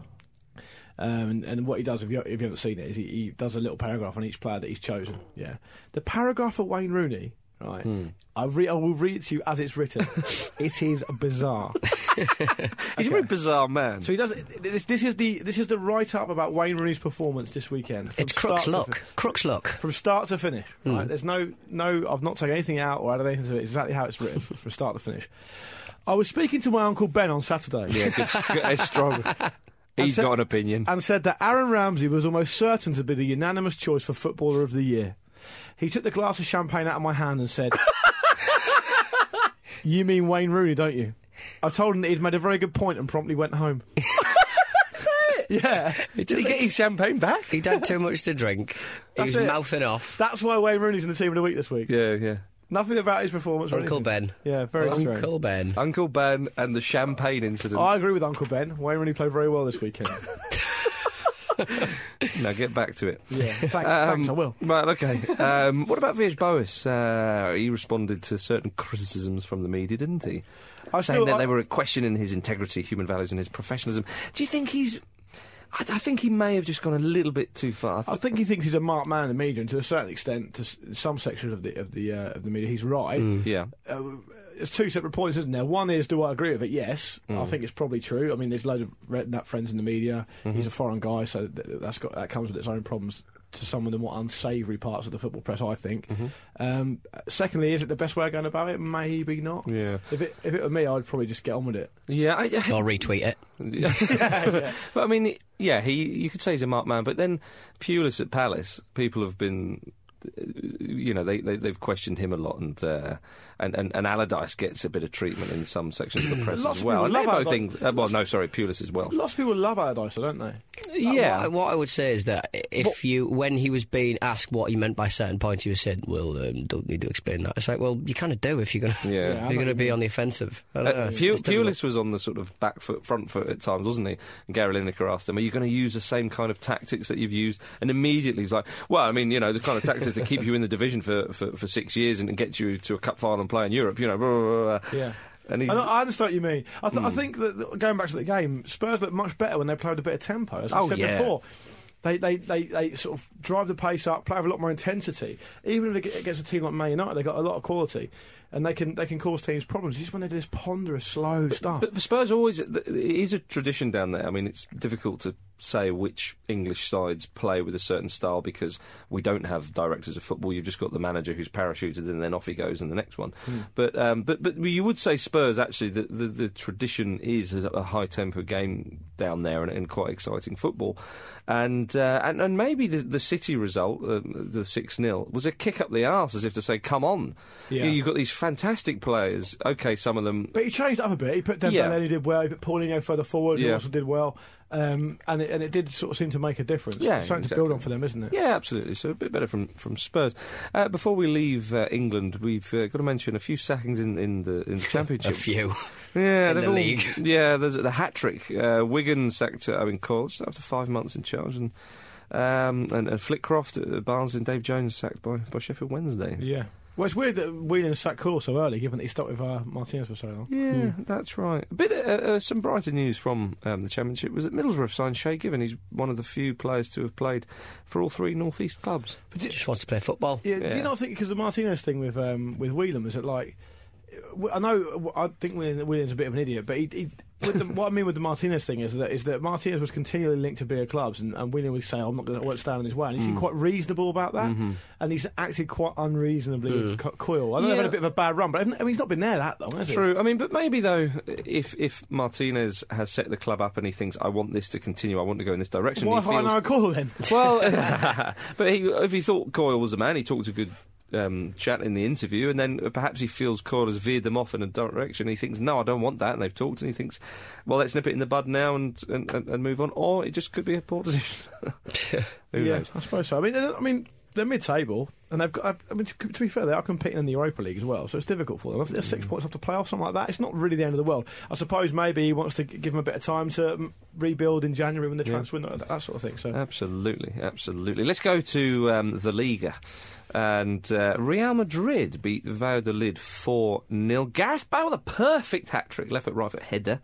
[SPEAKER 4] Um, and, and what he does, if you, if you haven't seen it, is he, he does a little paragraph on each player that he's chosen. Yeah. The paragraph for Wayne Rooney, right? I, re- I will read it to you as it's written. it is bizarre.
[SPEAKER 2] He's a very bizarre man.
[SPEAKER 4] So he does. This, this is the this is the write up about Wayne Rooney's performance this weekend. from
[SPEAKER 3] it's Crooks
[SPEAKER 4] start to
[SPEAKER 3] luck.
[SPEAKER 4] fin-
[SPEAKER 3] Crooks luck.
[SPEAKER 4] From start to finish, right? There's no, no. I've not taken anything out or added anything to it. It's exactly how it's written from start to finish. I was speaking to my uncle Ben on Saturday.
[SPEAKER 2] yeah, good, good, it's strong. He's
[SPEAKER 4] said-
[SPEAKER 2] got an opinion.
[SPEAKER 4] and said that Aaron Ramsey was almost certain to be the unanimous choice for Footballer of the Year. He took the glass of champagne out of my hand and said, You mean Wayne Rooney, don't you? I told him that he'd made a very good point and promptly went home. yeah.
[SPEAKER 2] Did he get his champagne back?
[SPEAKER 3] He had too much to drink. He
[SPEAKER 4] That's
[SPEAKER 3] was
[SPEAKER 4] it.
[SPEAKER 3] mouthing off.
[SPEAKER 4] That's why Wayne Rooney's in the team of the week this week.
[SPEAKER 2] Yeah, yeah.
[SPEAKER 4] Nothing about his performance. or
[SPEAKER 3] Uncle
[SPEAKER 4] anything.
[SPEAKER 3] Ben.
[SPEAKER 4] Yeah, very strange.
[SPEAKER 3] Uncle Ben.
[SPEAKER 2] Uncle Ben and the champagne incident.
[SPEAKER 4] I agree with Uncle Ben. Wayne Rooney played very well this weekend.
[SPEAKER 2] now get back to it.
[SPEAKER 4] yeah. Thanks, thanks, I will.
[SPEAKER 2] Um, Right, okay. Um, what about Vish Boas? Uh, he responded to certain criticisms from the media, didn't he?
[SPEAKER 4] I
[SPEAKER 2] Saying
[SPEAKER 4] still-
[SPEAKER 2] that
[SPEAKER 4] I-
[SPEAKER 2] they were questioning his integrity, human values, and his professionalism. Do you think he's. I, I think he may have just gone a little bit too far.
[SPEAKER 4] I think he thinks he's a marked man in the media, and to a certain extent, to s- some sections of the of the uh, of the media, he's right.
[SPEAKER 3] Mm.
[SPEAKER 2] yeah.
[SPEAKER 4] uh, there's two separate points, isn't there? One is, do I agree with it? Yes, I think it's probably true. I mean, there's a load of red nut friends in the media. He's a foreign guy, so th- that's got that comes with its own problems to some of the more unsavoury parts of the football press. I think. Um, secondly, is it the best way of going about it? Maybe not.
[SPEAKER 2] Yeah.
[SPEAKER 4] If it if it were me, I'd probably just get on with it.
[SPEAKER 2] Yeah, I, I-
[SPEAKER 3] Or retweet it.
[SPEAKER 2] but I mean, yeah, he you could say he's a marked man, but then Pulis at Palace, people have been, uh, you know, they, they they've questioned him a lot, and uh, and, and and Allardyce gets a bit of treatment in some sections of the press
[SPEAKER 4] Lots
[SPEAKER 2] as
[SPEAKER 4] of
[SPEAKER 2] well. And
[SPEAKER 4] people
[SPEAKER 2] they
[SPEAKER 4] love
[SPEAKER 2] both
[SPEAKER 4] Allardyce.
[SPEAKER 2] think, uh, well, no, sorry, Pulis as well.
[SPEAKER 4] Lots of people love Allardyce, though, don't they?
[SPEAKER 2] Yeah,
[SPEAKER 3] What, what I would say is that i- if you, when he was being asked what he meant by certain points, he was said, "Well, um, don't need to explain that." It's like, well, you kind of do if you're going to,
[SPEAKER 2] Yeah.
[SPEAKER 4] Yeah, I
[SPEAKER 3] you're going
[SPEAKER 4] know
[SPEAKER 3] to be on the offensive. I don't know,
[SPEAKER 2] Uh,
[SPEAKER 3] it's-
[SPEAKER 2] Pu-
[SPEAKER 3] it's difficult.
[SPEAKER 2] Pulis was on the sort of back foot, front foot at times, wasn't he? And Gary Lineker asked him, "Are you going to use the same kind of tactics that you've used?" And immediately he's like, "Well, I mean, you know, the kind of tactics that keep you in the division for, for, for six years and get you to a cup final and play in Europe, you know." Blah, blah, blah.
[SPEAKER 4] Yeah.
[SPEAKER 2] And he's,
[SPEAKER 4] I, know- I understand what you mean. I, th- I
[SPEAKER 2] Hmm.
[SPEAKER 4] think that that going back to the game, Spurs looked much better when they played a bit of tempo. As I
[SPEAKER 2] Oh,
[SPEAKER 4] said
[SPEAKER 2] yeah.
[SPEAKER 4] before, they, they, they, they sort of drive the pace up, play with a lot more intensity. Even if it get- against a team like Man United, they have got a lot of quality, and they can they can cause teams problems. Just when they do this ponderous, slow stuff.
[SPEAKER 2] But Spurs always th- it is a tradition down there. I mean, it's difficult to say which English sides play with a certain style because we don't have directors of football. You've just got the manager who's parachuted and then off he goes in the next one. But um, but but you would say Spurs actually the the, the tradition is a, a high tempo game down there and, and quite exciting football, and uh, and and maybe the, the City result uh, the six 0 was a kick up the arse as if to say come on,
[SPEAKER 4] Yeah.
[SPEAKER 2] you, you've got these fantastic players. Okay, some of them
[SPEAKER 4] But he changed it up a bit. He put Dembele
[SPEAKER 2] Yeah.
[SPEAKER 4] in, who did well. He put Paulinho further forward, who
[SPEAKER 2] Yeah.
[SPEAKER 4] also did well. Um, and, it, and it did sort of seem to make a difference.
[SPEAKER 2] Yeah,
[SPEAKER 4] Something to
[SPEAKER 2] exactly.
[SPEAKER 4] build on for them, isn't it?
[SPEAKER 2] Yeah, absolutely. So a bit better from from Spurs. Uh, before we leave uh, England, we've uh, got to mention a few sackings in, in the in the
[SPEAKER 3] A
[SPEAKER 2] championship.
[SPEAKER 3] few.
[SPEAKER 2] Yeah,
[SPEAKER 3] in
[SPEAKER 2] they've
[SPEAKER 3] the
[SPEAKER 2] all-
[SPEAKER 3] league.
[SPEAKER 2] Yeah, there's the hat trick. Uh, Wigan sacked uh, Owen Cole just after five months in charge, and um, and, and Flitcroft, uh, Barnes, and Dave Jones sacked by, by Sheffield Wednesday.
[SPEAKER 4] Yeah. Well, it's weird that Whelan sacked Cole so early, given that he stuck with uh, Martinez for so long.
[SPEAKER 2] Yeah,
[SPEAKER 3] Hmm.
[SPEAKER 2] that's right. A bit uh, uh, some brighter news from um, the championship was that Middlesbrough have signed Shay Given. He's one of the few players to have played for all three North East clubs.
[SPEAKER 4] But do,
[SPEAKER 3] Just wants to play football.
[SPEAKER 4] yeah, do
[SPEAKER 2] Yeah.
[SPEAKER 4] you not think because the Martinez thing with um, with Whelan was that like w- I know I think Whelan, Whelan's a bit of an idiot, but he. he with the, what I mean with the Martinez thing is that is that Martinez was continually linked to beer clubs, and, and Whelan would say, "I'm not going to stand in his way," and he
[SPEAKER 2] Mm.
[SPEAKER 4] seemed quite reasonable about that,
[SPEAKER 2] Mm-hmm.
[SPEAKER 3] Mm-hmm.
[SPEAKER 4] and he's acted quite unreasonably
[SPEAKER 2] Mm.
[SPEAKER 4] co- coil. I know they've had
[SPEAKER 2] Yeah.
[SPEAKER 4] a bit of a bad run, but I mean, he's not been there that long, has he?
[SPEAKER 2] True. I mean, but maybe though, if if Martinez has set the club up and he thinks, I want this to continue, I want to go in this direction.
[SPEAKER 4] Why
[SPEAKER 2] he
[SPEAKER 4] have I uh,
[SPEAKER 2] feels-
[SPEAKER 4] now a call then?
[SPEAKER 2] well, but he, if he thought Coyle was a man, he talked a good um, chat in the interview, and then perhaps he feels Coyle has veered them off in a direction. He thinks, no, I don't want that, and they've talked, and he thinks, well, let's nip it in the bud now and and, and, and move on. Or it just could be a poor decision. Who
[SPEAKER 4] yeah,
[SPEAKER 2] knows?
[SPEAKER 4] I suppose so. I mean, they're- I mean, they're mid-table, and they've got. I've- I mean, to, to be fair, they are competing in the Europa League as well, so it's difficult for them. I think they're six
[SPEAKER 2] Mm.
[SPEAKER 4] points off the playoff, something like that. It's not really the end of the world. I suppose maybe he wants to g- give them a bit of time to um, rebuild in January when the
[SPEAKER 2] Yeah. Uh,
[SPEAKER 4] transfer window, that, that sort of thing. So.
[SPEAKER 2] Absolutely, absolutely. Let's go to um, the Liga. And uh, Real Madrid beat Valladolid 4 0. Gareth Bale with a perfect hat trick, left foot, right foot header.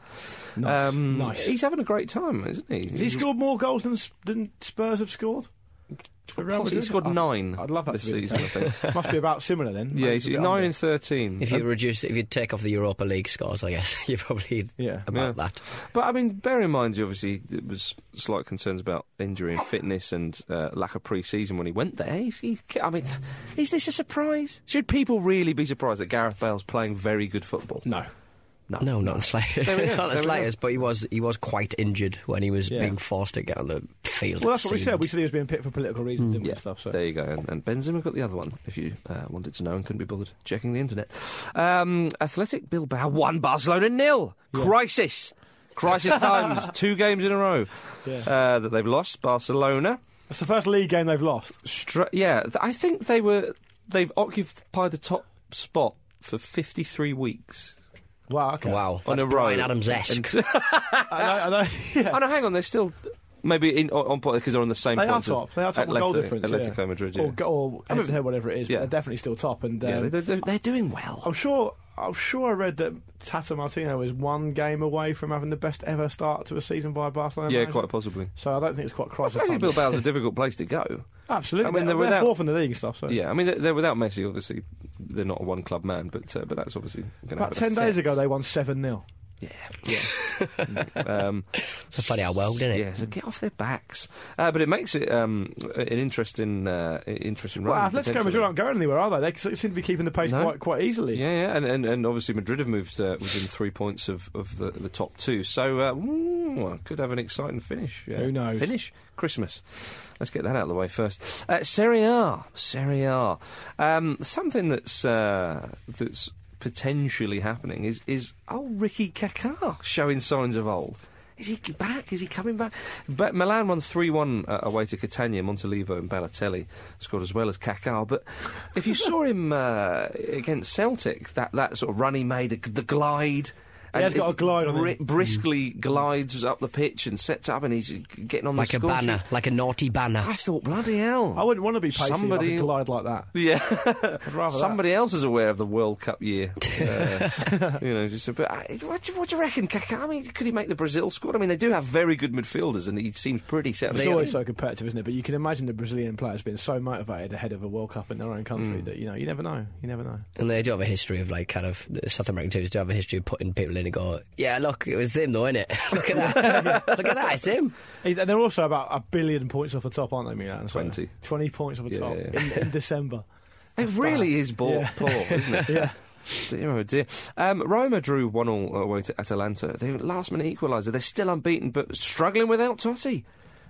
[SPEAKER 4] Nice,
[SPEAKER 2] um,
[SPEAKER 4] nice.
[SPEAKER 2] He's having a great time, isn't he?
[SPEAKER 4] Has he scored more goals than, S- than Spurs have scored? For Real
[SPEAKER 2] possibly
[SPEAKER 4] Madrid?
[SPEAKER 2] scored
[SPEAKER 4] I'd-
[SPEAKER 2] nine
[SPEAKER 4] I'd love that
[SPEAKER 2] this
[SPEAKER 4] to be
[SPEAKER 2] season,
[SPEAKER 4] the
[SPEAKER 2] I
[SPEAKER 4] case.
[SPEAKER 2] think.
[SPEAKER 4] Must be about similar then.
[SPEAKER 2] yeah,
[SPEAKER 4] Maybe
[SPEAKER 2] he's
[SPEAKER 4] a bit
[SPEAKER 2] nine
[SPEAKER 4] under.
[SPEAKER 2] and Um, 13.
[SPEAKER 3] If you reduce, if you take off the Europa League scores, I guess you're probably
[SPEAKER 4] Yeah.
[SPEAKER 3] about
[SPEAKER 2] Yeah.
[SPEAKER 3] that.
[SPEAKER 2] But I mean, bear in mind, you obviously, there was slight concerns about injury and fitness and uh, lack of pre-season when he went there. He's, he, I mean, is this a surprise? Should people really be surprised that Gareth Bale's playing very good football?
[SPEAKER 4] No.
[SPEAKER 3] No, not the slightest,
[SPEAKER 2] There we go, there
[SPEAKER 3] not the
[SPEAKER 2] we go.
[SPEAKER 3] slightest. But he was he was quite injured when he was
[SPEAKER 4] Yeah.
[SPEAKER 3] being forced to get on the field. it
[SPEAKER 4] Well, that's what we said.
[SPEAKER 3] seemed.
[SPEAKER 4] We said he was being picked for political reasons, didn't
[SPEAKER 2] Mm.
[SPEAKER 4] we?
[SPEAKER 2] Yeah,
[SPEAKER 4] and Stuff, so.
[SPEAKER 2] there you go. And, and Benzema got the other one, if you uh, wanted to know and couldn't be bothered checking the internet. Um, Athletic Bilbao won Barcelona nil. Crisis. Crisis times. Two games in a row
[SPEAKER 4] Yeah.
[SPEAKER 2] uh, that they've lost. Barcelona.
[SPEAKER 4] That's the first league game they've lost.
[SPEAKER 2] Stra- yeah, th- I think they were. They've occupied the top spot for 53 weeks.
[SPEAKER 4] Wow, okay.
[SPEAKER 3] Wow,
[SPEAKER 2] On
[SPEAKER 3] that's
[SPEAKER 2] a row.
[SPEAKER 3] Brian Adams esque.
[SPEAKER 4] I know, I know, yeah.
[SPEAKER 2] Oh no, hang on, they're still maybe in, on, on point because they're on the same.
[SPEAKER 4] They are
[SPEAKER 2] points as
[SPEAKER 4] top. They are top on goal
[SPEAKER 2] Atleti-
[SPEAKER 4] difference.
[SPEAKER 2] Atletico
[SPEAKER 4] yeah.
[SPEAKER 2] Madrid. Yeah,
[SPEAKER 4] Or, go- or head to head, whatever it is.
[SPEAKER 2] yeah.
[SPEAKER 4] But they're definitely still top. And um,
[SPEAKER 2] yeah they're, they're, they're doing well.
[SPEAKER 4] I'm sure. I'm sure I read that Tata Martino is one game away from having the best ever start to a season by Barcelona.
[SPEAKER 2] Yeah,
[SPEAKER 4] manager.
[SPEAKER 2] quite possibly.
[SPEAKER 4] So I don't think it's quite
[SPEAKER 2] I
[SPEAKER 4] crisis.
[SPEAKER 2] think
[SPEAKER 4] time.
[SPEAKER 2] Bilbao's a difficult place to go.
[SPEAKER 4] Absolutely.
[SPEAKER 2] I mean,
[SPEAKER 4] they're,
[SPEAKER 2] they're
[SPEAKER 4] they're
[SPEAKER 2] without-
[SPEAKER 4] fourth in the league and stuff. So
[SPEAKER 2] Yeah, I mean they're, they're without Messi. Obviously, they're not a one-club man, but uh, but that's obviously going to
[SPEAKER 4] About ten days ago, they won seven 0
[SPEAKER 2] Yeah, yeah. um,
[SPEAKER 3] It's funny how well, didn't it?
[SPEAKER 2] yeah, so get off their backs. Uh, but it makes it um, an interesting, uh, interesting
[SPEAKER 4] Well,
[SPEAKER 2] run.
[SPEAKER 4] Atletico Madrid
[SPEAKER 2] potentially.
[SPEAKER 4] aren't going anywhere, are they? They seem to be keeping the pace
[SPEAKER 2] No.
[SPEAKER 4] quite quite easily.
[SPEAKER 2] Yeah, yeah, and, and, and obviously Madrid have moved uh, within three points of, of the, the top two, so uh, ooh, could have an exciting finish. Yeah.
[SPEAKER 4] Who knows?
[SPEAKER 2] Finish Christmas. Let's get that out of the way first. Uh, Serie A, Serie A. Um, something that's uh, that's potentially happening is is old Ricky Kaká showing signs of old. Is he back? Is he coming back? But Milan won 3 1 uh, away to Catania. Montolivo and Balotelli scored as well as Kaká. But if you saw him uh, against Celtic, that, that sort of run he made, the, the glide.
[SPEAKER 4] He has got a glide on him.
[SPEAKER 2] Briskly glides up the pitch and sets up, and he's getting on
[SPEAKER 3] Like
[SPEAKER 2] the
[SPEAKER 3] a
[SPEAKER 2] score sheet.
[SPEAKER 3] banner, like a naughty banner.
[SPEAKER 2] I thought, bloody hell.
[SPEAKER 4] I wouldn't want to be pacey. Somebody
[SPEAKER 2] Somebody-
[SPEAKER 4] like a glide like that.
[SPEAKER 2] yeah.
[SPEAKER 4] rather that.
[SPEAKER 2] Somebody else is aware of the World Cup year. Uh, you know, just a bit. I, what, do you- what do you reckon, Kaká? I mean, could he make the Brazil squad? I mean, they do have very good midfielders, and he seems pretty set. on
[SPEAKER 4] It's
[SPEAKER 2] his
[SPEAKER 4] always
[SPEAKER 2] team.
[SPEAKER 4] so competitive, isn't it? But you can imagine the Brazilian players being so motivated ahead of a World Cup in their own
[SPEAKER 2] Mm.
[SPEAKER 4] country that you know you never know. You never know.
[SPEAKER 3] And they do have a history of like kind of the South American teams do have a history of putting people in and go, yeah, look, it was him though, innit? look at that. look at that, it's him.
[SPEAKER 4] And they're also about a billion points off the top, aren't they, Milan? So
[SPEAKER 2] 20.
[SPEAKER 4] 20 points off the
[SPEAKER 2] Yeah,
[SPEAKER 4] top
[SPEAKER 2] yeah, yeah.
[SPEAKER 4] In, in December.
[SPEAKER 2] It really is ball,
[SPEAKER 4] Yeah.
[SPEAKER 2] poor, isn't it?
[SPEAKER 4] Yeah.
[SPEAKER 2] Dear, oh dear. Um, Roma drew 1 all away to Atalanta. They were last minute equaliser. They're still unbeaten, but struggling without Totti.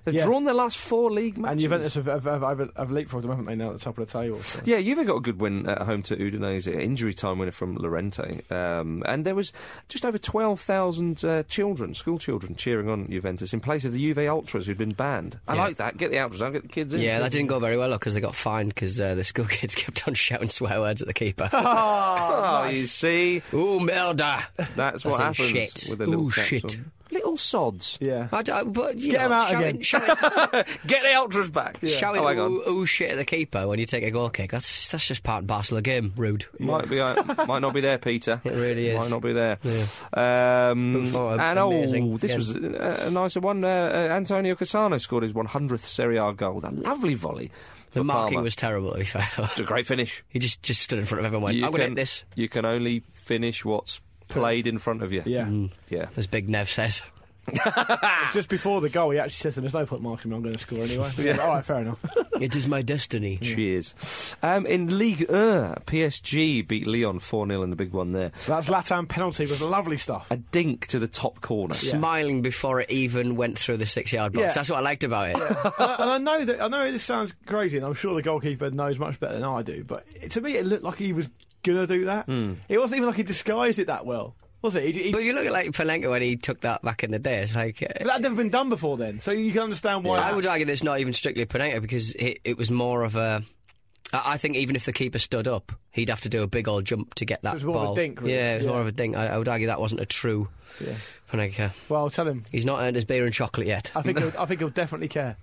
[SPEAKER 2] They've
[SPEAKER 4] Yeah.
[SPEAKER 2] drawn their last four league matches.
[SPEAKER 4] And Juventus have, have, have, have, have leapfrogged them, haven't they, now at the top of the table? So.
[SPEAKER 2] Yeah, Juve got a good win at home to Udinese, injury time winner from Lorente. Um, and there was just over 12,000 uh, children, school children, cheering on Juventus in place of the Juve Ultras who'd been banned. I
[SPEAKER 3] Yeah.
[SPEAKER 2] like that. Get the Ultras out, get the kids in.
[SPEAKER 3] Yeah, that didn't go very well, look, because they got fined because uh, the school kids kept on shouting swear words at the keeper.
[SPEAKER 2] Oh, you see,
[SPEAKER 3] Ooh, murder!
[SPEAKER 2] that's what
[SPEAKER 3] That's
[SPEAKER 2] happens
[SPEAKER 3] some shit.
[SPEAKER 2] with the
[SPEAKER 3] Ooh,
[SPEAKER 2] little caps
[SPEAKER 3] shit.
[SPEAKER 2] on. Little sods.
[SPEAKER 4] Yeah.
[SPEAKER 3] I, d- I- but, you
[SPEAKER 4] Get
[SPEAKER 3] know,
[SPEAKER 4] him out
[SPEAKER 3] shouting,
[SPEAKER 4] again.
[SPEAKER 3] Shouting,
[SPEAKER 2] Get the Ultras back.
[SPEAKER 3] shouting
[SPEAKER 2] Oh, hang on.
[SPEAKER 3] ooh, ooh shit at the keeper when you take a goal kick, that's, that's just part and parcel of the game. Rude.
[SPEAKER 2] Might be, uh, might not be there, Peter.
[SPEAKER 3] It really is.
[SPEAKER 2] Might not be there.
[SPEAKER 3] Yeah.
[SPEAKER 2] Um,
[SPEAKER 3] Buffon,
[SPEAKER 2] and
[SPEAKER 3] amazing.
[SPEAKER 2] oh, this
[SPEAKER 3] Yeah.
[SPEAKER 2] was a, a nicer one. Uh, uh, Antonio Cassano scored his 100th Serie A goal. That lovely volley.
[SPEAKER 3] The
[SPEAKER 2] for
[SPEAKER 3] marking
[SPEAKER 2] Parma.
[SPEAKER 3] was terrible, to be fair. though.
[SPEAKER 2] It's a great finish.
[SPEAKER 3] he just, just stood in front of everyone and went, I'm going to hit this,
[SPEAKER 2] You can only finish what's played in front of you.
[SPEAKER 4] Yeah.
[SPEAKER 2] Yeah.
[SPEAKER 3] Mm, as Big Nev says.
[SPEAKER 4] Just before the goal, he actually says to them, there's no point marking me, I'm going to score anyway. All right, fair enough.
[SPEAKER 3] it is my destiny.
[SPEAKER 2] Cheers. Um, in League 1, PSG beat Leon 4 0 in the big one there.
[SPEAKER 4] That's Latam penalty was lovely stuff.
[SPEAKER 2] A dink to the top corner.
[SPEAKER 3] Smiling before it even went through the six yard box.
[SPEAKER 4] Yeah.
[SPEAKER 3] That's what I liked about it.
[SPEAKER 4] and I- and I know that I know this sounds crazy, and I'm sure the goalkeeper knows much better than I do. But it- to me, it looked like he was gonna do that.
[SPEAKER 2] Hmm.
[SPEAKER 4] It wasn't even like he disguised it that well, was it? He, he,
[SPEAKER 3] But you look at like Palenka when he took that back in the day. It's like. uh,
[SPEAKER 4] but that'd never been done before then, so you can understand why.
[SPEAKER 3] I would argue that it's not even strictly Panenka because it, it was more of a. I I think even if the keeper stood up, he'd have to do a big old jump to get that
[SPEAKER 4] it was more
[SPEAKER 3] ball.
[SPEAKER 4] of a dink, really.
[SPEAKER 3] Yeah, it was
[SPEAKER 4] Yeah.
[SPEAKER 3] more of a dink. I, I would argue that wasn't a true
[SPEAKER 4] Yeah.
[SPEAKER 3] Panenka.
[SPEAKER 4] Well, I'll tell him.
[SPEAKER 3] He's not earned his beer and chocolate yet.
[SPEAKER 4] I think he'll, I think he'll definitely care.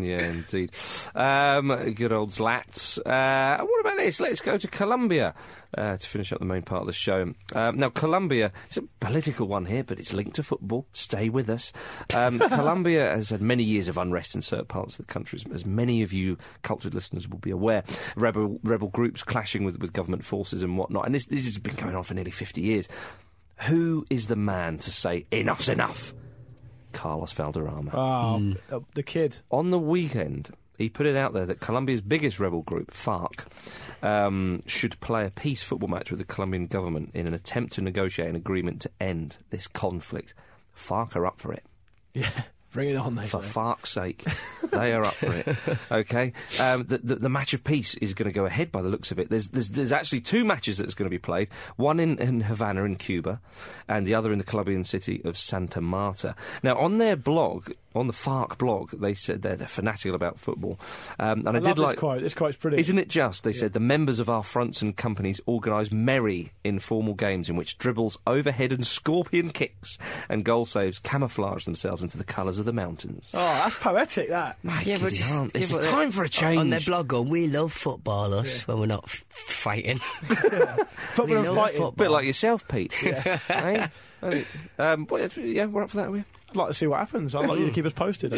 [SPEAKER 2] Yeah, indeed. Um, good old Zlats. Uh, what about this? Let's go to Colombia uh, to finish up the main part of the show. Um, now, Colombia, it's a political one here, but it's linked to football. Stay with us. Um, Colombia has had many years of unrest in certain parts of the country, as- as many of you cultured listeners will be aware. Rebel, rebel groups clashing with, with government forces and whatnot. And this, this has been going on for nearly 50 years. Who is the man to say, enough's enough? Carlos Valderrama.
[SPEAKER 4] Oh, uh, the kid.
[SPEAKER 2] On the weekend, he put it out there that Colombia's biggest rebel group, FARC, um, should play a peace football match with the Colombian government in an attempt to negotiate an agreement to end this conflict. FARC are up for it.
[SPEAKER 4] Yeah, bring it on, they
[SPEAKER 2] For
[SPEAKER 4] say.
[SPEAKER 2] FARC's sake, they are up for it. Okay, um, the, the, the match of peace is going to go ahead by the looks of it. There's there's, there's actually two matches that's going to be played. One in, in Havana in Cuba, and the other in the Colombian city of Santa Marta. Now on their blog, on the FARC blog, they said they're, they're fanatical about football, um, and I,
[SPEAKER 4] I,
[SPEAKER 2] did
[SPEAKER 4] love
[SPEAKER 2] like.
[SPEAKER 4] this quote. This quote's pretty.
[SPEAKER 2] Isn't it just? They said the members of our fronts and companies organise merry informal games in which dribbles, overhead and scorpion kicks and goal saves camouflage themselves into the colours of the mountains.
[SPEAKER 4] Oh, that's poetic. That.
[SPEAKER 3] yeah, but just, yeah,
[SPEAKER 2] it's
[SPEAKER 3] but they-
[SPEAKER 2] time for a change.
[SPEAKER 3] On their blog, going, we love football us when we're not f- fighting. We
[SPEAKER 4] Football and
[SPEAKER 3] love
[SPEAKER 4] fighting.
[SPEAKER 3] football.
[SPEAKER 2] bit like yourself, Pete. Yeah. um, what- yeah, we're up for that, are we?
[SPEAKER 4] I'd like to see what happens. I'd like you to keep us posted.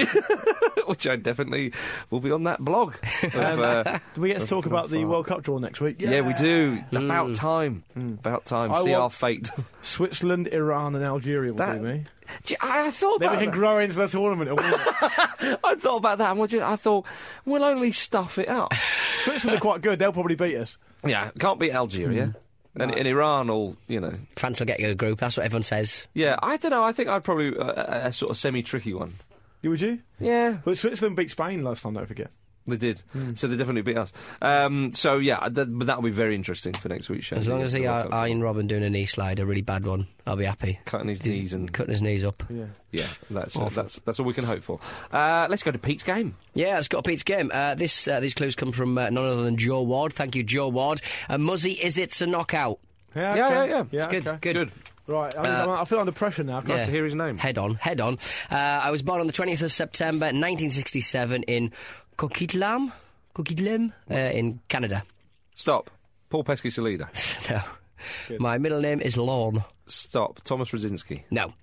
[SPEAKER 2] Which I definitely will be on that blog. Of, uh,
[SPEAKER 4] Do we get to talk about the
[SPEAKER 2] fart.
[SPEAKER 4] World Cup draw next week?
[SPEAKER 2] yeah, Mm. we do. About time. About time.
[SPEAKER 4] I
[SPEAKER 2] See
[SPEAKER 4] want-
[SPEAKER 2] our fate.
[SPEAKER 4] Switzerland, Iran, and Algeria will
[SPEAKER 2] That-
[SPEAKER 4] do me.
[SPEAKER 2] Gee, I, I thought
[SPEAKER 4] Then
[SPEAKER 2] about
[SPEAKER 4] we can
[SPEAKER 2] that.
[SPEAKER 4] grow into the tournament. and win it.
[SPEAKER 2] I thought about that, and I just- I thought we'll only stuff it up.
[SPEAKER 4] Switzerland are quite good. They'll probably beat us.
[SPEAKER 2] Yeah, can't beat Algeria. And, and Iran, all you know.
[SPEAKER 3] France will get you a group. That's what everyone says.
[SPEAKER 2] Yeah, I don't know. I think I'd probably uh, a, a sort of semi-tricky one.
[SPEAKER 4] You Would you?
[SPEAKER 2] Yeah,
[SPEAKER 4] But Switzerland beat Spain last time. Don't forget.
[SPEAKER 2] they did. So they definitely beat us. Um, so yeah, th- but that'll be very interesting for next week's show.
[SPEAKER 3] As long as he
[SPEAKER 2] Yeah,
[SPEAKER 3] are Iron Robin doing a knee slide, a really bad one, I'll be happy.
[SPEAKER 2] cutting his knees and
[SPEAKER 3] Cutting his knees up.
[SPEAKER 4] Yeah.
[SPEAKER 2] yeah, that's uh, that's that's all we can hope for. Uh, let's go to Pete's game.
[SPEAKER 3] Yeah, it's got a Pete's game. Uh, this uh, these clues come from uh, none other than Joe Ward. Thank you, Joe Ward. Uh, Muzzy, is it's a knockout?
[SPEAKER 4] Yeah.
[SPEAKER 2] Yeah,
[SPEAKER 4] okay.
[SPEAKER 2] yeah, yeah.
[SPEAKER 4] Yeah.
[SPEAKER 3] It's good,
[SPEAKER 4] okay.
[SPEAKER 3] good.
[SPEAKER 2] Good.
[SPEAKER 4] Right. I, I'm- I feel under pressure now.
[SPEAKER 2] Nice to hear his name.
[SPEAKER 3] Head on, head on. Uh, I was born on the 20th of September 1967 in Coquitlam, Coquitlam uh, in Canada.
[SPEAKER 2] Stop. Paul Pesky Salido.
[SPEAKER 3] No. My middle name is Lorne.
[SPEAKER 2] Stop. Thomas Rosinski.
[SPEAKER 3] No.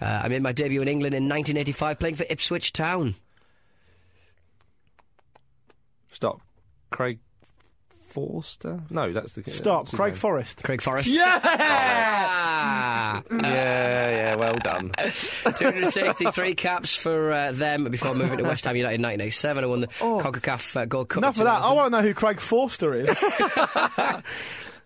[SPEAKER 3] Uh, I made my debut in England in 1985 playing for Ipswich Town.
[SPEAKER 2] Stop. Craig Forster? No, that's the
[SPEAKER 4] Stop.
[SPEAKER 2] that's his
[SPEAKER 4] Craig
[SPEAKER 2] name.
[SPEAKER 4] Forrest.
[SPEAKER 3] Craig Forrest.
[SPEAKER 2] Yeah!
[SPEAKER 3] Ah,
[SPEAKER 2] yeah, yeah, well done.
[SPEAKER 3] 263 caps for uh, them before moving to West Ham United in 1987 and won the CONCACAF uh, Gold Cup. in
[SPEAKER 4] Oh. Enough of that. Oh, I
[SPEAKER 3] 2000.
[SPEAKER 4] want to know who Craig Forster is.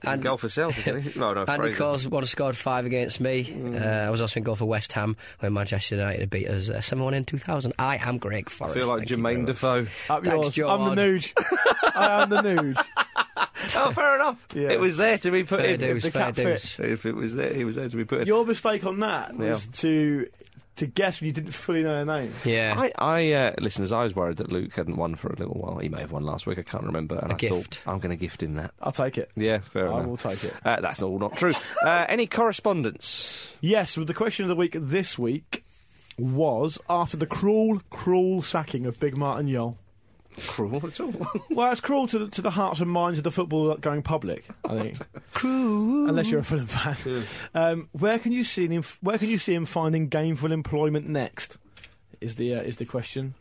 [SPEAKER 2] And goal for Celtic, isn't he? No, no,
[SPEAKER 3] Andy
[SPEAKER 2] Fraser.
[SPEAKER 3] Coles would have scored five against me.
[SPEAKER 4] Hmm.
[SPEAKER 3] Uh, I was also in goal for West Ham when Manchester United beat us uh, 7 1 in 2000. I am Greg
[SPEAKER 2] I
[SPEAKER 3] Forrest.
[SPEAKER 2] feel like
[SPEAKER 3] Thank you very
[SPEAKER 2] Jermaine
[SPEAKER 3] much.
[SPEAKER 2] Defoe.
[SPEAKER 4] Up
[SPEAKER 3] Thanks,
[SPEAKER 4] yours. I'm the
[SPEAKER 3] George.
[SPEAKER 4] Nuge. I am the Nuge.
[SPEAKER 2] Oh, fair enough.
[SPEAKER 4] Yeah.
[SPEAKER 2] It was there to be put
[SPEAKER 3] Fair
[SPEAKER 2] in.
[SPEAKER 3] dues,
[SPEAKER 4] the
[SPEAKER 3] fair
[SPEAKER 4] cat
[SPEAKER 3] dues.
[SPEAKER 2] If it was there, it was there to be put in.
[SPEAKER 4] Your mistake on that was
[SPEAKER 2] Yeah.
[SPEAKER 4] to to guess when you didn't fully know her name.
[SPEAKER 3] Yeah.
[SPEAKER 2] I, I uh, listeners, I was worried that Luke hadn't won for a little while. He may have won last week. I can't remember. And I
[SPEAKER 3] gift.
[SPEAKER 2] thought I'm going to gift him that.
[SPEAKER 4] I'll take it.
[SPEAKER 2] Yeah, fair
[SPEAKER 4] I
[SPEAKER 2] enough.
[SPEAKER 4] will take it.
[SPEAKER 2] Uh, that's all not true. uh, any correspondence?
[SPEAKER 4] Yes, with the question of the week this week was after the cruel, cruel sacking of Big Martin Yol.
[SPEAKER 2] Cruel at all?
[SPEAKER 4] Well, it's cruel to the, to the hearts and minds of the football going public. I think cruel, unless you're a Fulham fan. Um, where can you see him? Where can you see him finding gainful employment next? Is the uh, is the question?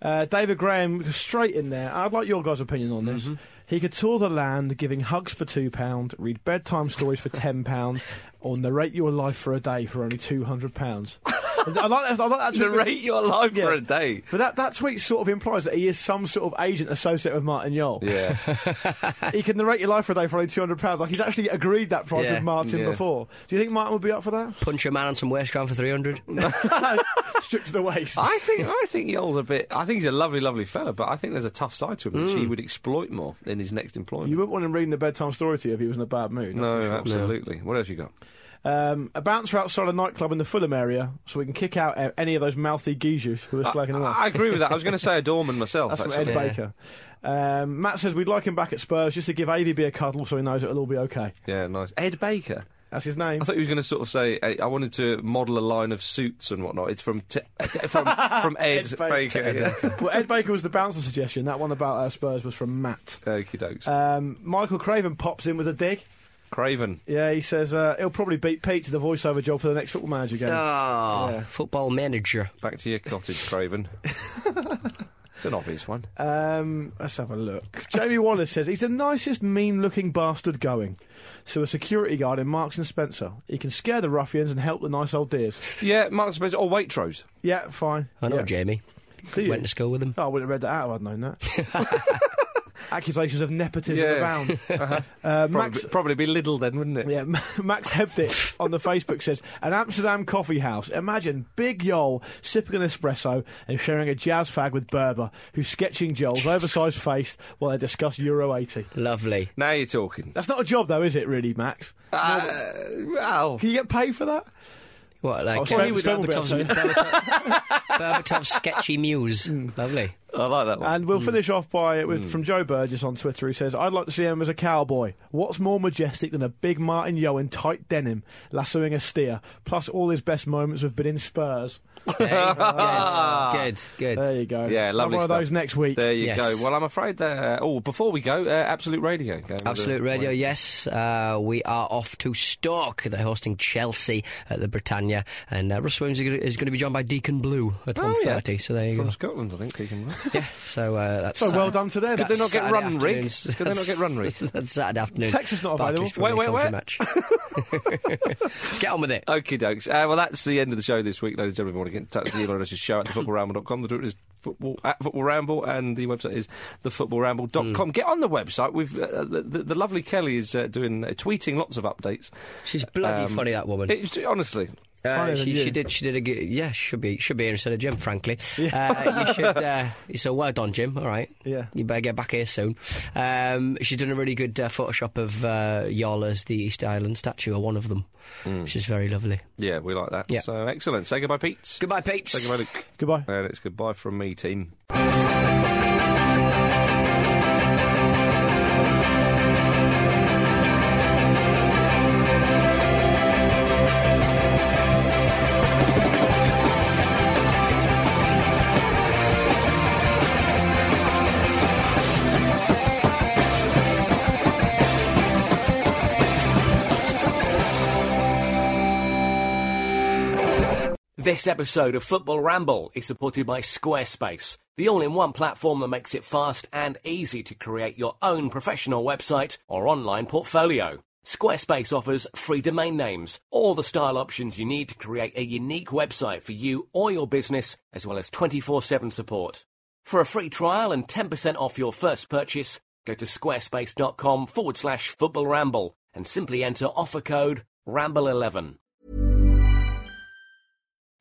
[SPEAKER 4] Uh, David Graham straight in there. I'd like your guys' opinion on this.
[SPEAKER 2] Mm-hmm.
[SPEAKER 4] He could tour the land, giving hugs for two pound, read bedtime stories for ten pound, or narrate your life for a day for only two hundred pounds. I like that. I like that. tweet.
[SPEAKER 2] Narrate your life
[SPEAKER 4] Yeah.
[SPEAKER 2] for a day.
[SPEAKER 4] But that, that tweet sort of implies that he is some sort of agent associated with Martin Yol
[SPEAKER 2] Yeah.
[SPEAKER 4] he can narrate your life for a day for only two hundred pounds. Like he's actually agreed that price
[SPEAKER 3] Yeah,
[SPEAKER 4] with Martin
[SPEAKER 2] yeah.
[SPEAKER 4] before. Do you think Martin would be up for that?
[SPEAKER 3] Punch a man on some waste ground for 300.
[SPEAKER 4] Stripped to the waist.
[SPEAKER 2] I think I think Yol's a bit. I think he's a lovely, lovely fella, but I think there's a tough side to him which he would exploit more in his next employment.
[SPEAKER 4] You wouldn't want him reading the bedtime story to you if he was in a bad mood.
[SPEAKER 2] no,
[SPEAKER 4] that's for sure.
[SPEAKER 2] absolutely. What else you got?
[SPEAKER 4] Um, a bouncer outside a nightclub in the Fulham area, so we can kick out uh, any of those mouthy geezers who are slagging him
[SPEAKER 2] I,
[SPEAKER 4] off.
[SPEAKER 2] I agree with that. I was going to say a doorman myself.
[SPEAKER 4] That's from
[SPEAKER 2] actually.
[SPEAKER 4] Ed Baker. Um, Matt says we'd like him back at Spurs just to give AVB a cuddle so he knows it'll all be okay.
[SPEAKER 2] Yeah, nice. Ed Baker.
[SPEAKER 4] That's his name.
[SPEAKER 2] I thought he was going to sort of say, I I wanted to model a line of suits and whatnot. It's from t- from, from Ed,
[SPEAKER 4] Ed Baker.
[SPEAKER 2] Baker. yeah.
[SPEAKER 4] well, Ed Baker was the bouncer suggestion. That one about uh, Spurs was from Matt.
[SPEAKER 2] Okie dokes.
[SPEAKER 4] Um, Michael Craven pops in with a dig.
[SPEAKER 2] Craven.
[SPEAKER 4] Yeah, he says uh, he'll probably beat Pete to the voiceover job for the next football manager game.
[SPEAKER 3] Ah,
[SPEAKER 4] Yeah.
[SPEAKER 3] football manager.
[SPEAKER 2] Back to your cottage, Craven. it's an obvious one.
[SPEAKER 4] Um, let's have a look. Jamie Wallace says he's the nicest, mean-looking bastard going. So a security guard in Marks and Spencer. He can scare the ruffians and help the nice old dears.
[SPEAKER 2] Yeah, Mark Spencer. Or Waitrose.
[SPEAKER 4] Yeah, fine.
[SPEAKER 3] I know
[SPEAKER 4] yeah.
[SPEAKER 3] Jamie.
[SPEAKER 4] Do you?
[SPEAKER 3] Went to school with him.
[SPEAKER 4] Oh, I wouldn't have read that out if I'd known that. Accusations of nepotism
[SPEAKER 2] Yeah. Uh-huh.
[SPEAKER 4] abound. Uh,
[SPEAKER 2] Probably,
[SPEAKER 4] Max,
[SPEAKER 2] probably be Lidl then, wouldn't it?
[SPEAKER 4] yeah, Max Hebdick on the Facebook says an Amsterdam coffee house. Imagine big Yol sipping an espresso and sharing a jazz fag with Berber, who's sketching Joel's oversized face while they discuss Euro 80.
[SPEAKER 3] Lovely.
[SPEAKER 2] Now you're talking.
[SPEAKER 4] That's not a job, though, is it, really, Max?
[SPEAKER 2] Uh, well,
[SPEAKER 4] Can you get paid for that?
[SPEAKER 3] What, like
[SPEAKER 4] Oh, sorry, we don't
[SPEAKER 3] Berbatov's,
[SPEAKER 4] want
[SPEAKER 3] Berbatov- Berbatov's sketchy muse.
[SPEAKER 2] Hmm.
[SPEAKER 3] Lovely.
[SPEAKER 2] I like that one.
[SPEAKER 4] And we'll finish off by
[SPEAKER 2] Hmm.
[SPEAKER 4] with, from Joe Burgess on Twitter, who says, "I'd like to see him as a cowboy. What's more majestic than a big Martin Yo in tight denim, lassoing a steer? Plus, all his best moments have been in Spurs.
[SPEAKER 3] Okay, good, good,
[SPEAKER 4] There
[SPEAKER 3] good.
[SPEAKER 4] you go.
[SPEAKER 2] Yeah,
[SPEAKER 4] Have
[SPEAKER 2] lovely
[SPEAKER 4] One
[SPEAKER 2] stuff.
[SPEAKER 4] of those next week.
[SPEAKER 2] there you
[SPEAKER 3] Yes.
[SPEAKER 2] go. Well, I'm afraid that. Uh, oh, before we go, uh, Absolute Radio. Go with
[SPEAKER 3] Absolute
[SPEAKER 2] the-
[SPEAKER 3] Radio, yes. Uh, we are off to Stoke. They're hosting Chelsea at the Britannia, and uh, Russ Williams is gonna- is going to be joined by Deacon Blue at
[SPEAKER 2] Oh, yeah.
[SPEAKER 3] 1.30. So there you
[SPEAKER 2] From
[SPEAKER 3] go.
[SPEAKER 2] Scotland, I think. Deacon Ross.
[SPEAKER 3] Yeah. So uh, that's
[SPEAKER 4] So well done to them.
[SPEAKER 2] Could they not get
[SPEAKER 3] Saturday
[SPEAKER 2] run rigged?
[SPEAKER 3] afternoons.
[SPEAKER 2] Could they not get run rigged?
[SPEAKER 3] That's Saturday afternoon.
[SPEAKER 4] Texas not available.
[SPEAKER 3] Barclays
[SPEAKER 2] Wait,
[SPEAKER 3] Premier
[SPEAKER 2] wait,
[SPEAKER 3] Culture Match. Let's get on with it.
[SPEAKER 2] Okie dokes. Uh, well, that's the end of the show this week, ladies and gentlemen. If you want to get in touch, the email address is show at thefootballramble.com. The Twitter is football, at footballramble, and the website is thefootballramble.com. Get on the website. We've uh, the, the, the lovely Kelly is uh, doing uh, tweeting lots of updates.
[SPEAKER 3] She's bloody
[SPEAKER 2] Um,
[SPEAKER 3] funny, that woman.
[SPEAKER 2] It's, honestly,
[SPEAKER 3] Uh,
[SPEAKER 4] Funnier than
[SPEAKER 3] she,
[SPEAKER 4] you.
[SPEAKER 3] she did. She did a good. Yeah, should be should be here instead of Jim. Frankly, uh, you should. Uh, so well done, Jim. All right.
[SPEAKER 4] Yeah.
[SPEAKER 3] You better get back here soon. Um, she's done a really good uh, Photoshop of uh, Yol as the East Island statue, or one of them, which is very lovely.
[SPEAKER 2] yeah, we like that.
[SPEAKER 3] Yeah.
[SPEAKER 2] So excellent. Say goodbye, Pete.
[SPEAKER 3] Goodbye, Pete.
[SPEAKER 2] Say goodbye, Luke.
[SPEAKER 4] Goodbye.
[SPEAKER 2] And it's goodbye from me, team.
[SPEAKER 1] This episode of Football Ramble is supported by Squarespace, the all in one platform that makes it fast and easy to create your own professional website or online portfolio. Squarespace offers free domain names, all the style options you need to create a unique website for you or your business, as well as 24 7 support. For a free trial and 10% off your first purchase, go to squarespace.com forward slash football ramble and simply enter offer code ramble11.